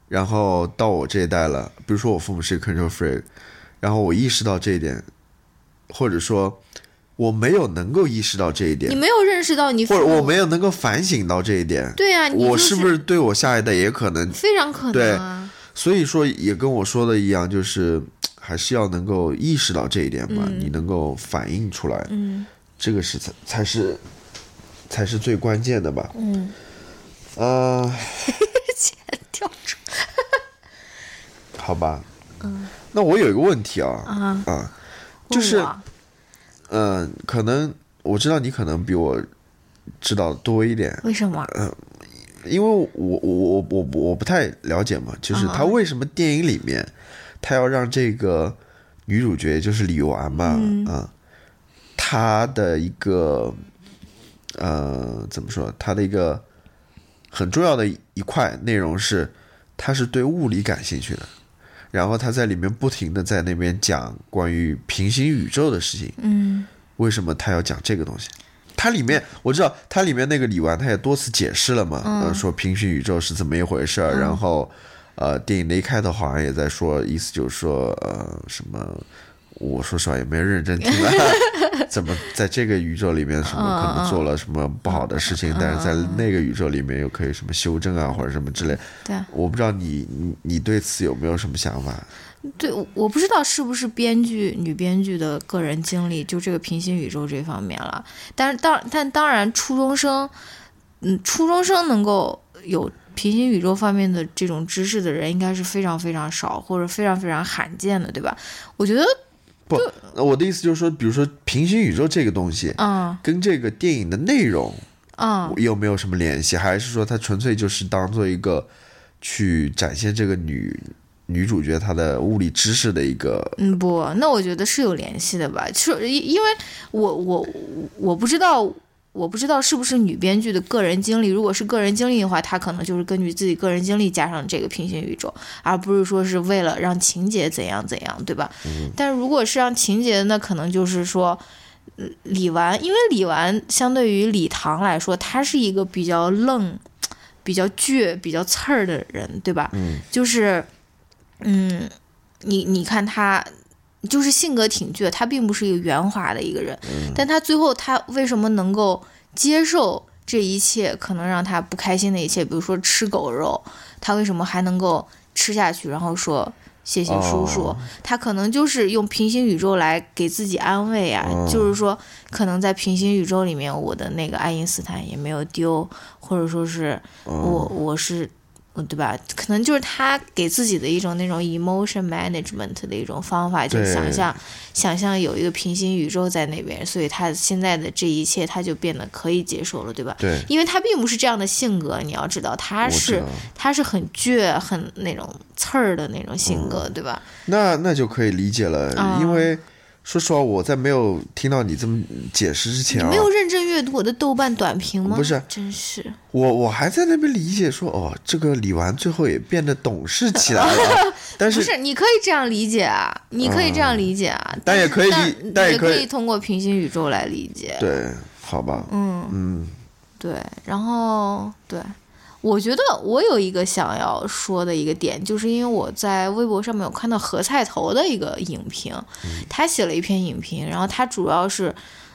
Speaker 2: 然后到我这一代了，比如说我父母是一个 control freak，然后我意识到这一点，或者说我没有能够意识到这一
Speaker 3: 你
Speaker 2: 点，
Speaker 3: 没有认识到你父
Speaker 2: 或者
Speaker 3: 母
Speaker 2: 我没有能够反省到这一点，
Speaker 3: 对呀、你
Speaker 2: 我
Speaker 3: 就是
Speaker 2: 不是对我下一代也可能？
Speaker 3: 非常可能啊？
Speaker 2: 所以说也跟我说的一样，就是还是要能够意识到这一点嘛，你能够反映出来，
Speaker 3: 嗯
Speaker 2: 这个是才才是才是最关键的吧？
Speaker 3: 嗯， (laughs)
Speaker 2: 呃。
Speaker 3: 掉出
Speaker 2: (laughs) 好吧，嗯，那我有一个问题啊
Speaker 3: 啊，
Speaker 2: 啊，就是
Speaker 3: 问我
Speaker 2: 嗯、呃可能我知道你可能比我知道多一点，
Speaker 3: 为什么？
Speaker 2: 因为我我我我我不太了解嘛，就是他为什么电影里面他要让这个女主角就是李纨嘛，嗯，她的一个呃怎么说，她的一个很重要的一块内容是，她是对物理感兴趣的，然后她在里面不停的在那边讲关于平行宇宙的事情，
Speaker 3: 嗯，
Speaker 2: 为什么他要讲这个东西？它里面我知道，它里面那个李纨，他也多次解释了嘛，
Speaker 3: 嗯
Speaker 2: 呃说平行宇宙是怎么一回事儿，然后，呃，电影的一开头好像也在说，意思就是说，呃，什么，我说实话也没认真听
Speaker 3: (laughs)
Speaker 2: 啊，怎么在这个宇宙里面什么可能做了什么不好的
Speaker 3: 嗯
Speaker 2: 事情，但是在那个宇宙里面又可以什么修正啊或者什么之类，
Speaker 3: 对啊
Speaker 2: 我不知道你你你对此有没有什么想法？
Speaker 3: 对，我我不知道是不是编剧女编剧的个人经历，就这个平行宇宙这方面了。但是当但当然，初中生，嗯，初中生能够有平行宇宙方面的这种知识的人，应该是非常非常少，或者非常非常罕见的，对吧？我觉得，
Speaker 2: 不，那我的意思就是说，比如说平行宇宙这个东西，
Speaker 3: 嗯
Speaker 2: 跟这个电影的内容
Speaker 3: 嗯，
Speaker 2: 有没有什么联系？还是说它纯粹就是当做一个去展现这个女女主角她的物理知识的一个？
Speaker 3: 嗯，不，那我觉得是有联系的吧。是因因为我我我不知道，我不知道是不是女编剧的个人经历。如果是个人经历的话，她可能就是根据自己个人经历加上这个平行宇宙，而不是说是为了让情节怎样怎样，对吧？但如果是让情节，那可能就是说。嗯李纨，因为李纨相对于李唐来说，他是一个比较愣、比较倔、比较刺儿的人，对吧？
Speaker 2: 嗯，
Speaker 3: 就是，嗯，你你看他就是性格挺倔，他并不是一个圆滑的一个人，
Speaker 2: 嗯
Speaker 3: 但他最后他为什么能够接受这一切可能让他不开心的一切，比如说吃狗肉，他为什么还能够吃下去，然后说。谢谢叔叔，
Speaker 2: 哦
Speaker 3: 他可能就是用平行宇宙来给自己安慰啊，
Speaker 2: 哦
Speaker 3: 就是说，可能在平行宇宙里面，我的那个爱因斯坦也没有丢，或者说是
Speaker 2: 哦
Speaker 3: 我我是，嗯对吧？可能就是他给自己的一种那种 emotion management 的一种方法，就是
Speaker 2: 对
Speaker 3: 想象想象有一个平行宇宙在那边，所以他现在的这一切他就变得可以接受了，对吧？
Speaker 2: 对，
Speaker 3: 因为他并不是这样的性格，你要知道，他
Speaker 2: 我知
Speaker 3: 是
Speaker 2: 道。
Speaker 3: 他是很倔、很那种刺儿的那种性
Speaker 2: 哦
Speaker 3: 格，对吧？
Speaker 2: 那那就可以理解了，
Speaker 3: 啊
Speaker 2: 因为说实话，我在没有听到你这么解释之
Speaker 3: 你
Speaker 2: 前啊
Speaker 3: 没，有认真阅读我的豆瓣短评吗？
Speaker 2: 不是
Speaker 3: 真是
Speaker 2: 我我还在那边理解说，哦，这个李纨最后也变得懂事起
Speaker 3: (laughs)
Speaker 2: 来了，但
Speaker 3: 不
Speaker 2: 是
Speaker 3: 是？你可以这样理解啊，你可以这样理解啊，
Speaker 2: 嗯但也可以
Speaker 3: 但
Speaker 2: 理但也
Speaker 3: 也
Speaker 2: 可以
Speaker 3: 以通过平行宇宙来理解。
Speaker 2: 对，好吧，
Speaker 3: 嗯，
Speaker 2: 嗯，
Speaker 3: 对，然后对，我觉得我有一个想要说的一个点，就是因为我在微博上面有看到何菜头的一个影评，
Speaker 2: 嗯
Speaker 3: 他写了一篇影评，然后他主要是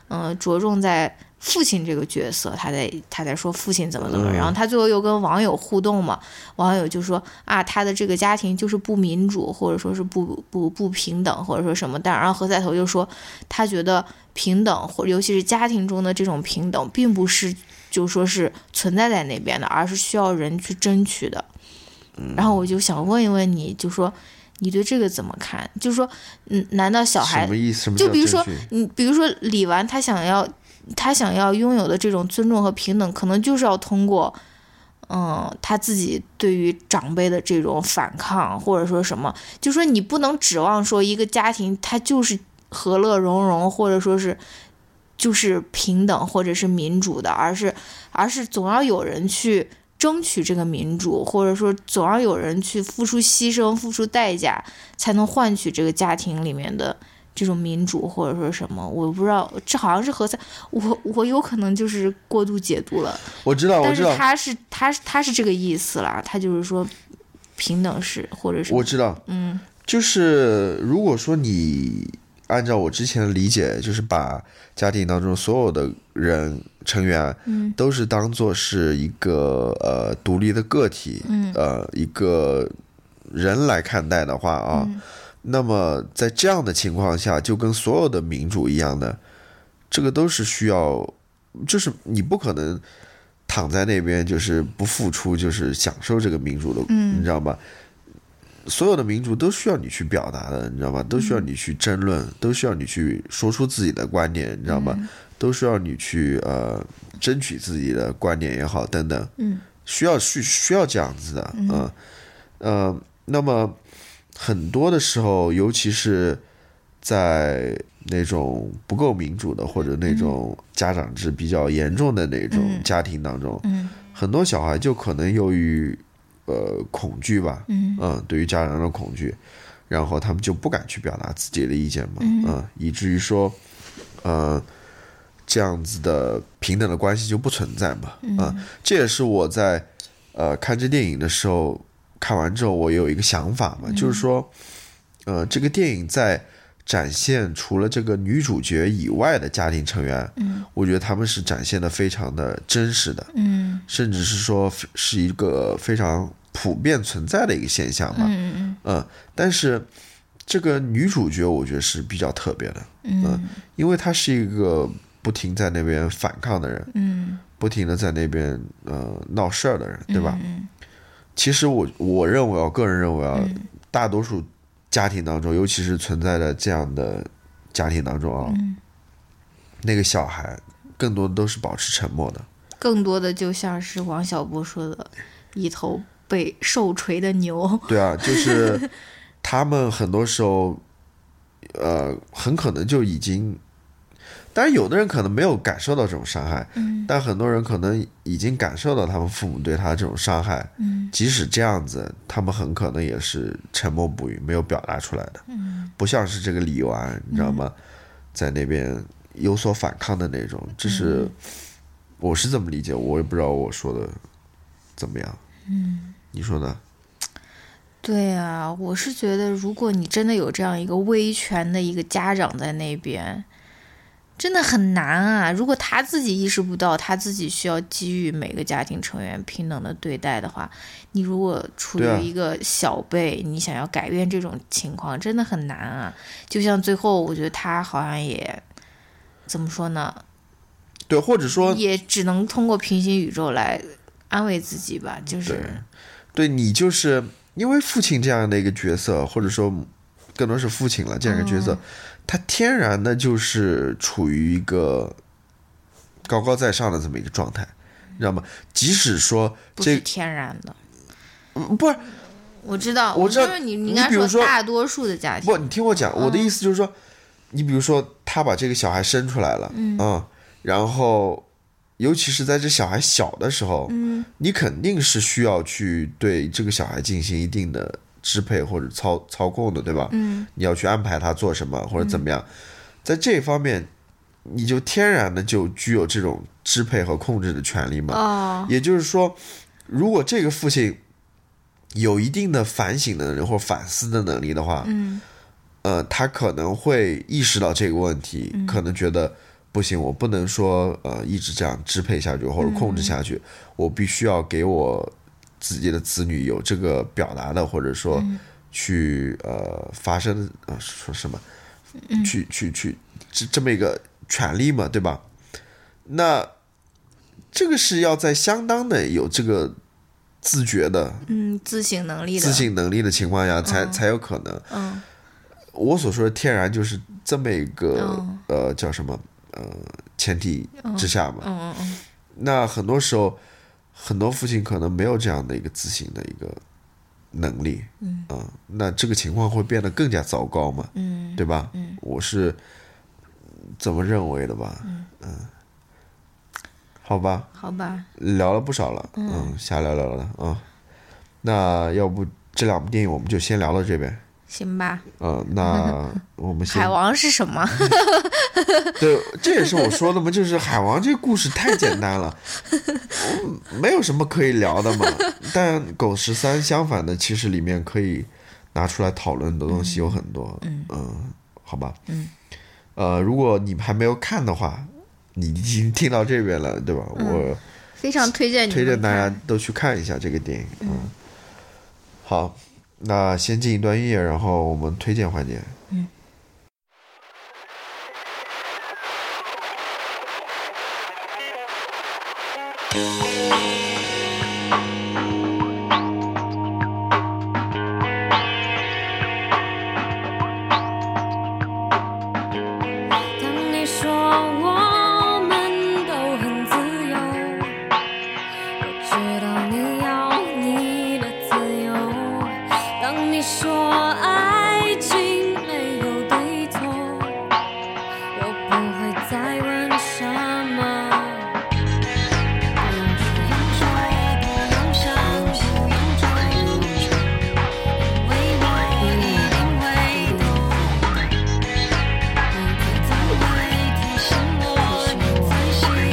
Speaker 3: 嗯、呃着重在。父亲这个角色，他在他在说父亲怎么怎
Speaker 2: 嗯
Speaker 3: 么，然后他最后又跟网友互动嘛，网友就说啊，他的这个家庭就是不民主，或者说是不不不平等，或者说什么。但然后何菜头就说，他觉得平等，或尤其是家庭中的这种平等，并不是就说是存在在那边的，而是需要人去争取的。
Speaker 2: 嗯
Speaker 3: 然后我就想问一问你，就说你对这个怎么看？就是说，嗯，难道小孩
Speaker 2: 什么意思？什么
Speaker 3: 就
Speaker 2: 叫
Speaker 3: 比如
Speaker 2: 争
Speaker 3: 说
Speaker 2: 取
Speaker 3: 你嗯比如说李纨，她想要她想要拥有的这种尊重和平等，可能就是要通过，嗯，她自己对于长辈的这种反抗，或者说什么，就说你不能指望说一个家庭它就是和乐融融，或者说是就是平等或者是民主的，而是而是总要有人去。争取这个民主，或者说总要有人去付出牺牲、付出代价，才能换取这个家庭里面的这种民主或者说什么，我不知道，这好像是何塞，我我有可能就是过度解读了，
Speaker 2: 我知道，啊我
Speaker 3: 但
Speaker 2: 知
Speaker 3: 是
Speaker 2: 道，
Speaker 3: 他是他是他是这个意思啦，他就是说平等是或者是
Speaker 2: 我知道，嗯，就是如果说你按照我之前的理解，就是把家庭当中所有的人成员，嗯，都是当做是一个呃独立的个体，嗯，呃一个人来看待的话啊，那么在这样的情况下，就跟所有的民主一样的，这个都是需要，就是你不可能。嗯躺在那边就是不付出，就是享受这个民主的，你知道吗？所有的民族都需要你去表达的，你知道吧？都需要你去争论，都需要你去说出自己的观点，你知道吗？都需要你去呃争取自己的观点也好，等等，嗯，需要去需要这样子的，嗯、呃，呃，那么很多的时候，尤其是在那种不够民主的或者那种家长制比较严重的那种家庭当中，
Speaker 3: 嗯
Speaker 2: 很多小孩就可能由于呃恐惧吧，
Speaker 3: 嗯
Speaker 2: 对于家长的恐惧，然后他们就不敢去表达自己的意见嘛，嗯、以至于说，呃，这样子的平等的关系就不存在嘛，嗯、这也是我在呃看这电影的时候，看完之后我有一个想法嘛，就是说，呃，这个电影在展现除了这个女主角以外的家庭成员，嗯、我觉得他们是展现的非常的真实的，
Speaker 3: 嗯
Speaker 2: 甚至是说是一个非常普遍存在的一个现象吧。嗯嗯但是这个女主角我觉得是比较特别的，
Speaker 3: 嗯
Speaker 2: 因为她是一个不停在那边反抗的人，
Speaker 3: 嗯
Speaker 2: 不停的在那边呃闹事儿的人，对吧？
Speaker 3: 嗯
Speaker 2: 其实我我认为啊，个人认为啊，大多数家庭当中，尤其是存在的这样的家庭当中啊，
Speaker 3: 嗯
Speaker 2: 那个小孩更多的都是保持沉默的。
Speaker 3: 更多的就像是王小波说的，一头被受锤的牛。
Speaker 2: 对啊，就是他们很多时候，呃，很可能就已经，当然有的人可能没有感受到这种伤害，但很多人可能已经感受到他们父母对他这种伤害，即使这样子，他们很可能也是沉默不语，没有表达出来的，不像是这个李纨，你知道吗，在那边有所反抗的那种，这是、我是这么理解，我也不知道我说的怎么样，嗯，你说呢？
Speaker 3: 对啊，我是觉得，如果你真的有这样一个威权的一个家长在那边，真的很难啊。如果他自己意识不到，他自己需要给予每个家庭成员平等的对待的话，你如果处
Speaker 2: 对啊
Speaker 3: 于一个小辈，你想要改变这种情况，真的很难啊。就像最后，我觉得他好像也怎么说呢，
Speaker 2: 对，或者说
Speaker 3: 也只能通过平行宇宙来安慰自己吧，就是
Speaker 2: 对你就是因为父亲这样的一个角色，或者说更多是父亲了这样一个角色，
Speaker 3: 哦
Speaker 2: 他天然的就是处于一个高高在上的这么一个状态，你知道吗？即使说
Speaker 3: 不是
Speaker 2: 这
Speaker 3: 天然的。
Speaker 2: 嗯不是
Speaker 3: 我知道，
Speaker 2: 我知道
Speaker 3: 就是你，
Speaker 2: 你
Speaker 3: 应该
Speaker 2: 比如说
Speaker 3: 大多数的家庭，
Speaker 2: 不，你听我讲，我的意思就是说，你比如说他把这个小孩生出来了，嗯，然后。尤其是在这小孩小的时候，嗯，你肯定是需要去对这个小孩进行一定的支配或者操操控的，对吧？
Speaker 3: 嗯
Speaker 2: 你要去安排他做什么或者怎么样，在这方面，你就天然的就具有这种支配和控制的权利嘛。
Speaker 3: 哦，
Speaker 2: 也就是说，如果这个父亲有一定的反省的能力或反思的能力的话，
Speaker 3: 嗯
Speaker 2: 呃，他可能会意识到这个问题，可能觉得不行，我不能说呃一直这样支配下去或者控制下去，我必须要给我自己的子女有这个表达的，或者说去、呃发声呃说什么，去去去这这么一个权利嘛，对吧？那这个是要在相当的有这个自觉的
Speaker 3: 嗯，自省能力的，
Speaker 2: 自省能力的情况下，才才有可能。
Speaker 3: 嗯
Speaker 2: 我所说的天然就是这么一个、
Speaker 3: 嗯
Speaker 2: 呃叫什么呃前提之下嘛。
Speaker 3: 嗯嗯嗯，
Speaker 2: 那很多时候，很多父亲可能没有这样的一个自省的一个能力，嗯、那这个情况会变得更加糟糕嘛，嗯，对吧？嗯，我是这么认为的吧，嗯好吧，
Speaker 3: 好吧，
Speaker 2: 聊了不少了，嗯，瞎聊聊了啊、嗯那要不这两部电影我们就先聊到这边。
Speaker 3: 行吧。
Speaker 2: 嗯， (laughs) 那我们先
Speaker 3: 海王是什
Speaker 2: (laughs)
Speaker 3: 么？
Speaker 2: 对，这也是我说的嘛，就是海王这个故事太简单 (laughs) 了，我没有什么可以聊的嘛。但狗十三相反的，其实里面可以拿出来讨论的东西有很多。嗯好吧。嗯，呃，如果你们还没有看的话，你已经听到这边了，对吧？我
Speaker 3: 非常推荐你
Speaker 2: 推
Speaker 3: 们看，
Speaker 2: 荐大家都去看一下这个电影。嗯，好，那先进一段音乐，然后我们推荐环节。
Speaker 4: Thank 知道你要你的自由。当你说爱情没有对错，我不会再问什么。不用去忧愁，不用想，不用找，因为我一定会懂。你总会提醒我，你在心里，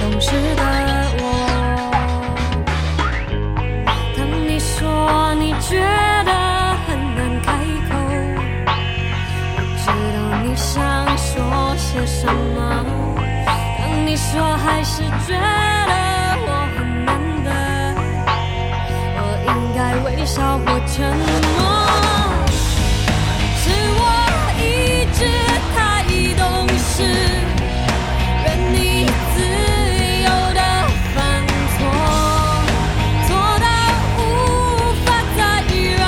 Speaker 4: 懂事的我。当你说你觉得很难开口，我知道你想说些什么。当你说还是觉得我很难得，我应该微笑或沉默。是我一直太懂事，任你自由的犯错，错到无法再让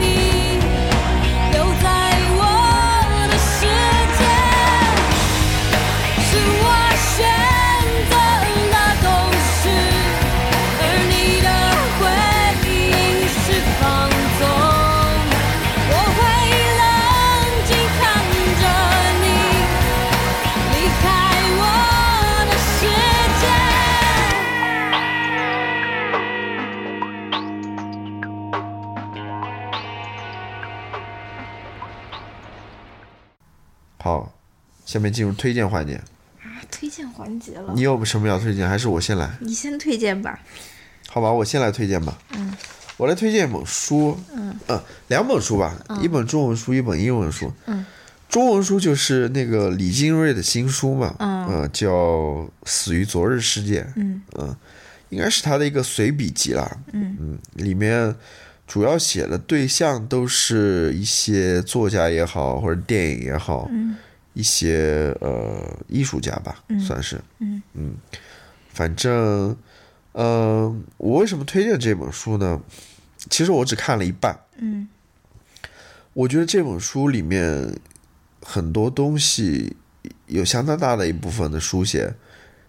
Speaker 4: 你留在我的世界。是我选择了懂事，而你的回应是放纵。我会冷静看着你离开我的世界。
Speaker 2: 好，下面进入推荐环节，
Speaker 3: 推荐环节了
Speaker 2: 你，有什么要推荐？还是我先来？
Speaker 3: 你先推荐吧。
Speaker 2: 好吧，我先来推荐吧。嗯，我来推荐一本书。嗯，呃，两本书吧，一本中文书，一本英文书。嗯，中文书就是那个李金瑞的新书嘛。嗯，呃，叫《死于昨日世界》。嗯，呃，应该是他的一个随笔集啦。嗯里面主要写的对象都是一些作家也好，或者电影也好，一些呃艺术家吧，算是。嗯嗯反正。呃，我为什么推荐这本书呢？其实我只看了一半。嗯，我觉得这本书里面很多东西有相当大的一部分的书写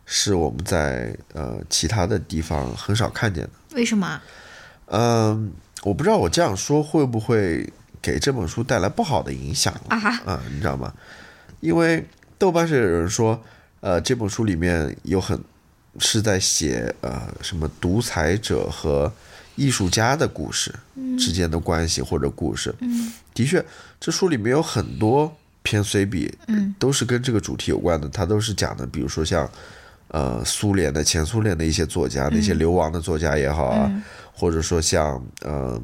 Speaker 2: 是我们在呃其他的地方很少看见的。
Speaker 1: 为什么？
Speaker 2: 嗯，我不知道我这样说会不会给这本书带来不好的影响啊？啊，你知道吗？因为豆瓣上有人说，呃，这本书里面有很是在写呃什么独裁者和艺术家的故事之间的关系或者故事。嗯，的确，这书里面有很多篇随笔，嗯，都是跟这个主题有关的，它都是讲的，比如说像。呃，苏联的前苏联的一些作家，那些流亡的作家也好啊，或者说像呃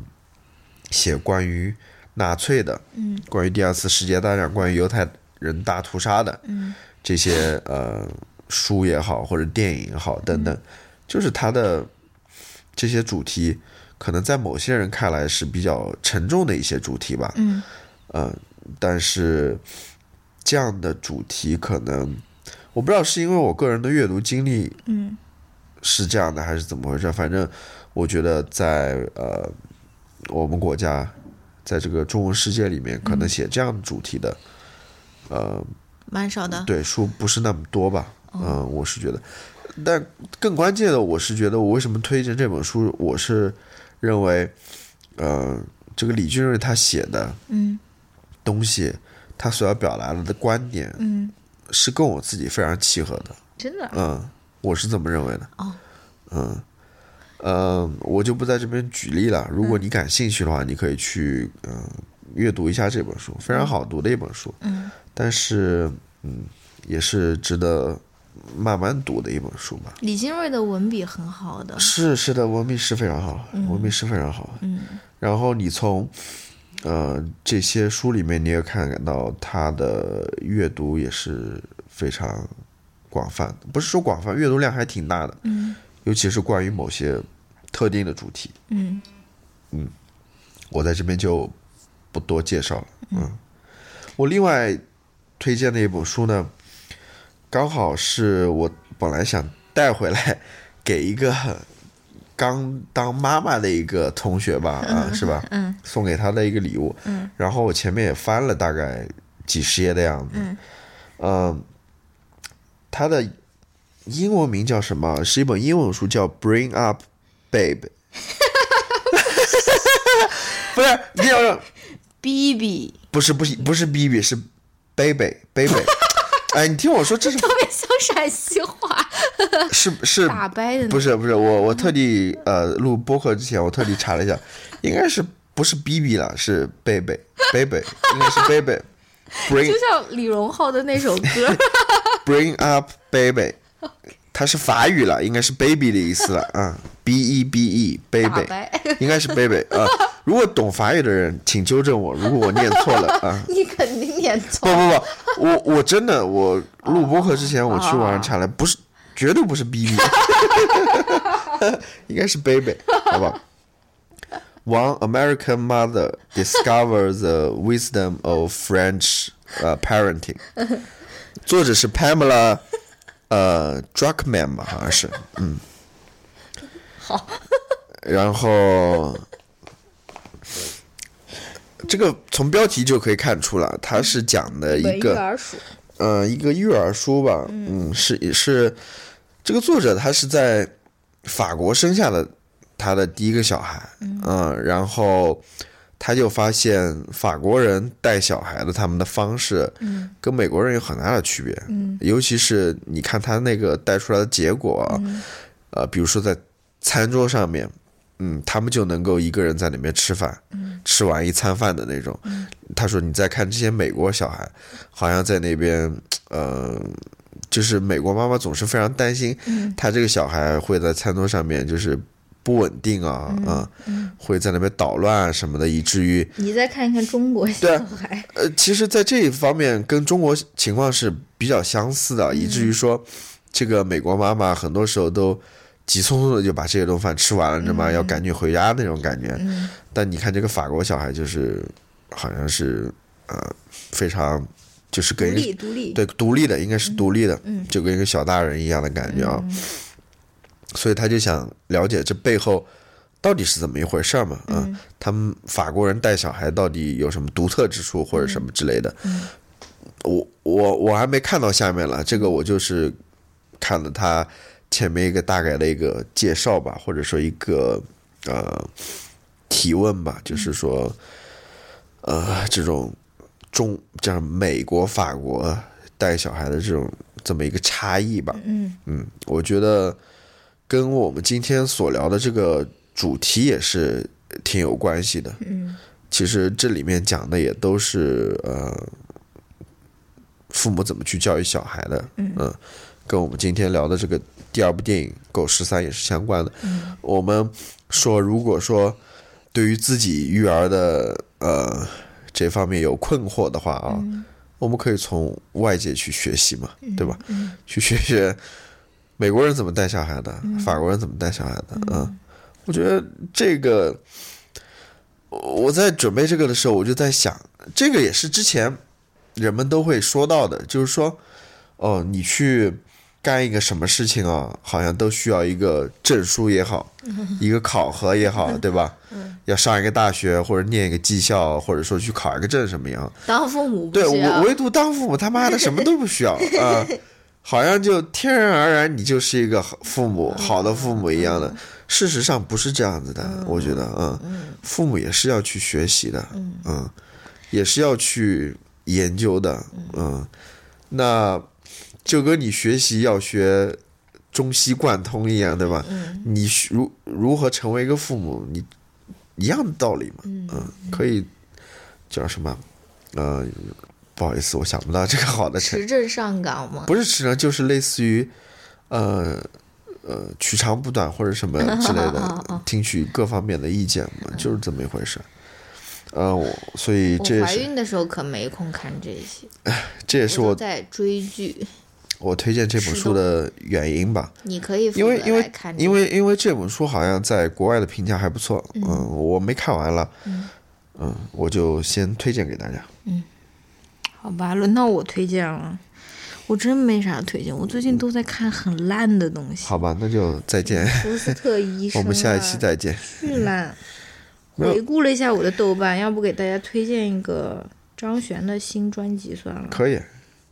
Speaker 2: 写关于纳粹的，嗯，关于第二次世界大战、关于犹太人大屠杀的，嗯，这些呃书也好，或者电影也好等等，就是他的这些主题，可能在某些人看来是比较沉重的一些主题吧，嗯，呃，但是这样的主题可能我不知道是因为我个人的阅读经历，嗯，是这样的还是怎么回事？反正我觉得在呃我们国家，在这个中文世界里面，可能写这样主题的，
Speaker 3: 蛮少的，
Speaker 2: 对书不是那么多吧？嗯、我是觉得，但更关键的，我是觉得我为什么推荐这本书，我是认为，呃，这个李俊瑞他写的，嗯，东西，他所要表达的观点，嗯，是跟我自己非常契合的，
Speaker 3: 真的。
Speaker 2: 嗯，我是这么认为的。
Speaker 3: 哦，
Speaker 2: 嗯，呃，我就不在这边举例了。如果你感兴趣的话，你可以去嗯、呃阅读一下这本书，非常好读的一本书。嗯，但是嗯，也是值得慢慢读的一本书吧。
Speaker 3: 李金瑞的文笔很好的，
Speaker 2: 是是的，文笔是非常好，文笔是非常好。嗯，然后你从呃这些书里面，你也看到他的阅读也是非常广泛，不是说广泛，阅读量还挺大的。嗯，尤其是关于某些特定的主题。嗯我在这边就不多介绍了。嗯，我另外推荐的一本书呢，刚好是我本来想带回来给一个刚当妈妈的一个同学吧，啊，是吧？嗯，送给她的一个礼物。嗯，然后我前面也翻了大概几十页的样子。嗯，呃，它的英文名叫什么？是一本英文书，叫《Bring Up (laughs) Babe》。不是，你要让
Speaker 3: ，B B，
Speaker 2: 不是不是不是 B B 是 baby (laughs) baby。哎，你听我说，这是
Speaker 3: 特别像陕西话，
Speaker 2: 是是
Speaker 3: 打掰的呢
Speaker 2: 不是不是，我我特地
Speaker 3: 嗯
Speaker 2: 呃录播客之前，我特地查了一下，应该是不是 B B 了，是贝贝贝贝，应该是
Speaker 3: (laughs)
Speaker 2: 贝贝。Bring
Speaker 3: 就像李荣浩的那首歌。
Speaker 2: Bring up
Speaker 3: (laughs)
Speaker 2: baby，它是法语了，应该是 baby 的意思了啊、b e b e
Speaker 3: 打
Speaker 2: baby，
Speaker 3: 掰
Speaker 2: 应该是 baby
Speaker 3: (laughs)
Speaker 2: 啊、如果懂法语的人，请纠正我，如果我念错了啊。
Speaker 3: (laughs) 你肯定念错
Speaker 2: 不不不，我我真的我录播客之前，我去网上查了，不是绝对不是 BB，应 (laughs) 该是 baby，好吧？One American mother discovers the wisdom of French 呃、parenting，作者是 Pamela 呃 Druckman 吧，好像是，嗯，好，然后。这个从标题就可以看出了，它是讲的一个
Speaker 3: 育儿书，
Speaker 2: 呃，一个育儿书吧，嗯，是也是这个作者他是在法国生下了他的第一个小孩，嗯、然后他就发现法国人带小孩的他们的方式，嗯，跟美国人有很大的区别，嗯，尤其是你看他那个带出来的结果，呃，比如说在餐桌上面。嗯，他们就能够一个人在里面吃饭，吃完一餐饭的那种。他说：“你再看这些美国小孩，好像在那边，呃，就是美国妈妈总是非常担心，他这个小孩会在餐桌上面就是不稳定啊，啊，会在那边捣乱啊什么的，以至于
Speaker 3: 你再看一看中国小
Speaker 2: 对
Speaker 3: 孩，
Speaker 2: 呃，其实，在这一方面跟中国情况是比较相似的，以至于说，这个美国妈妈很多时候都急匆匆的就把这些顿饭吃完了，对吗？要赶紧回家那种感觉。但你看这个法国小孩，就是好像是呃非常就是
Speaker 3: 独
Speaker 2: 跟一
Speaker 3: 立
Speaker 2: 个
Speaker 3: 独立，
Speaker 2: 对独立的，应该是独立的，就跟一个小大人一样的感觉啊。所以他就想了解这背后到底是怎么一回事儿嘛？啊，他们法国人带小孩到底有什么独特之处或者什么之类的？我我我还没看到下面了，这个我就是看了他前面一个大概的一个介绍吧，或者说一个呃提问吧，就是说呃这种中叫美国法国带小孩的这种这么一个差异吧。
Speaker 3: 嗯
Speaker 2: 嗯，我觉得跟我们今天所聊的这个主题也是挺有关系的。
Speaker 3: 嗯，
Speaker 2: 其实这里面讲的也都是呃，父母怎么去教育小孩的，嗯、跟我们今天聊的这个第二部电影《狗十三》也是相关的。嗯、我们说，如果说对于自己育儿的呃这方面有困惑的话啊，我们可以从外界去学习嘛，对吧？去学学美国人怎么带小孩的，法国人怎么带小孩的，嗯，我觉得这个。我在准备这个的时候，我就在想，这个也是之前人们都会说到的，就是说，哦，你去干一个什么事情啊，好像都需要一个证书也好，一个考核也好，对吧？要上一个大学，或者念一个技校，或者说去考一个证什么样？
Speaker 3: 当父母不
Speaker 2: 对
Speaker 3: 是
Speaker 2: 我，唯独当父母他妈的什么都不 (laughs) 需要啊、好像就天然而然你就是一个好父母，好的父母一样的。事实上不是这样子的，我觉得啊、嗯，父母也是要去学习的，嗯也是要去研究的，嗯，那就跟你学习要学中西贯通一样，对吧？你学如如何成为一个父母，你一样的道理嘛，嗯，可以叫什么？呃，不好意思，我想不到 (laughs) 这个好的成
Speaker 3: 持证上岗嘛，
Speaker 2: 不是吃呢，就是类似于，呃呃，取长补短或
Speaker 3: (laughs)
Speaker 2: 者什么之类的，听取各方面的意见嘛，就是这么一回事。呃，我所以
Speaker 3: 嗯我
Speaker 2: 这也
Speaker 3: 怀
Speaker 2: 是
Speaker 3: 孕的时候可没空看这些，
Speaker 2: 这也是
Speaker 3: 我
Speaker 2: 我
Speaker 3: 都在追剧。
Speaker 2: 我推荐这本
Speaker 3: 是
Speaker 2: 书
Speaker 3: 的
Speaker 2: 的原因吧，
Speaker 3: 你可以负
Speaker 2: 因
Speaker 3: 责
Speaker 2: 为因
Speaker 3: 来
Speaker 2: 为
Speaker 3: 看这
Speaker 2: 因
Speaker 3: 个，
Speaker 2: 为因为这本书好像在国外的评价还不错，嗯，我没看完了，嗯我就先推荐给大家。
Speaker 3: 好吧，轮到我推荐了。我真没啥推荐，我最近都在看很烂的东西。
Speaker 2: 嗯好吧，那就再见，
Speaker 3: 福斯
Speaker 2: (laughs)
Speaker 3: 特医生、
Speaker 2: 我
Speaker 3: 啊，
Speaker 2: 们下一期再见。
Speaker 3: 巨烂。
Speaker 2: 没有
Speaker 3: 回顾了一下我的豆瓣，要不给大家推荐一个张悬的新专辑算了。
Speaker 2: 可以，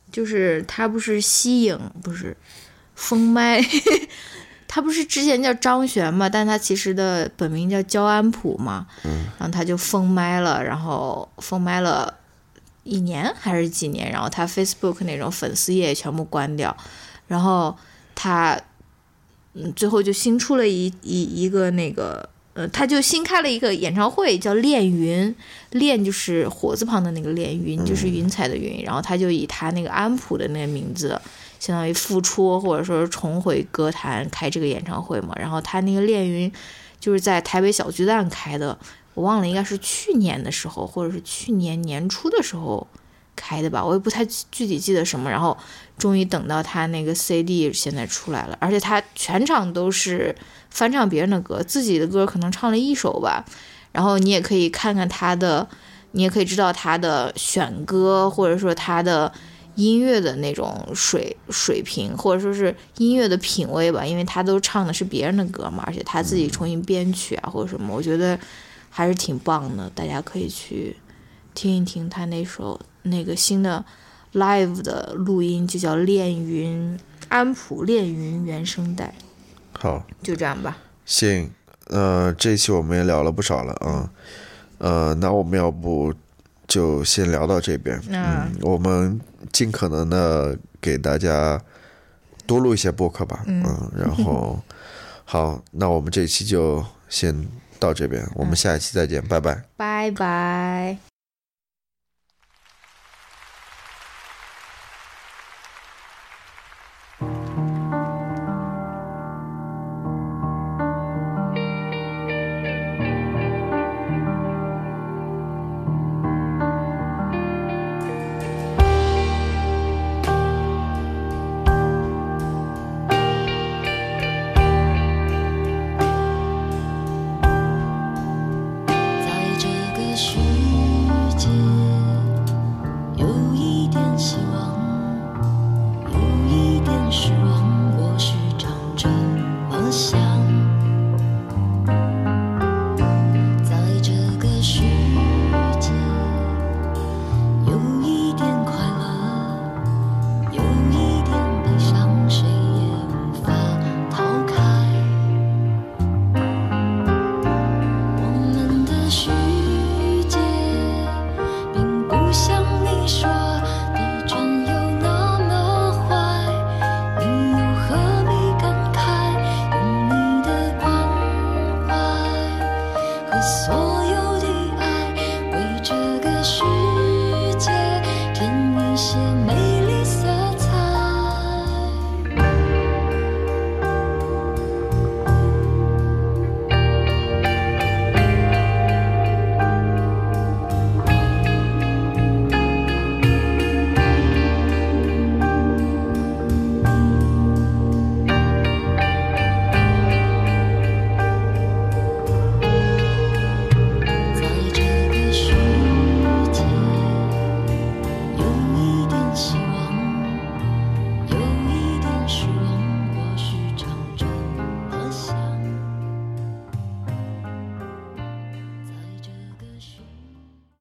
Speaker 3: 就是他不是吸影，不是封麦。 (laughs) 他不是之前叫张悬嘛，但他其实的本名叫焦安普嘛，然后他就封麦了，然后封麦了一年还是几年，然后他 Facebook 那种粉丝页也全部关掉，然后他嗯最后就新出了一一一个那个呃，他就新开了一个演唱会叫《恋云》，恋就是火字旁的那个恋，云就是云彩的云，然后他就以他那个安普的那个名字。相当于复出或者说是重回歌坛开这个演唱会嘛。然后他那个恋云就是在台北小巨蛋开的，我忘了应该是去年的时候或者是去年年初的时候开的吧，我也不太具体记得什么。然后终于等到他那个 CD 现在出来了，而且他全场都是翻唱别人的歌，自己的歌可能唱了一首吧。然后你也可以看看他的，你也可以知道他的选歌或者说他的。音乐的那种水水平，或者说是音乐的品味吧，因为他都唱的是别人的歌嘛，而且他自己重新编曲啊或者什么，我觉得还是挺棒的，大家可以去听一听他那首那个新的 live 的录音，就叫《恋云》安普《恋云》原声带，
Speaker 2: 好，
Speaker 3: 就这样吧。
Speaker 2: 行，呃，这一期我们也聊了不少了啊、呃，那我们要不就先聊到这边，
Speaker 3: 那
Speaker 2: 嗯，我们尽可能的给大家多录一些播客吧，嗯，然后好，那我们这一期就先到这边，我们下一期再见，拜拜。
Speaker 3: 拜拜。
Speaker 5: 在这个世界，有一点希望，有一点失望，我时常这么想。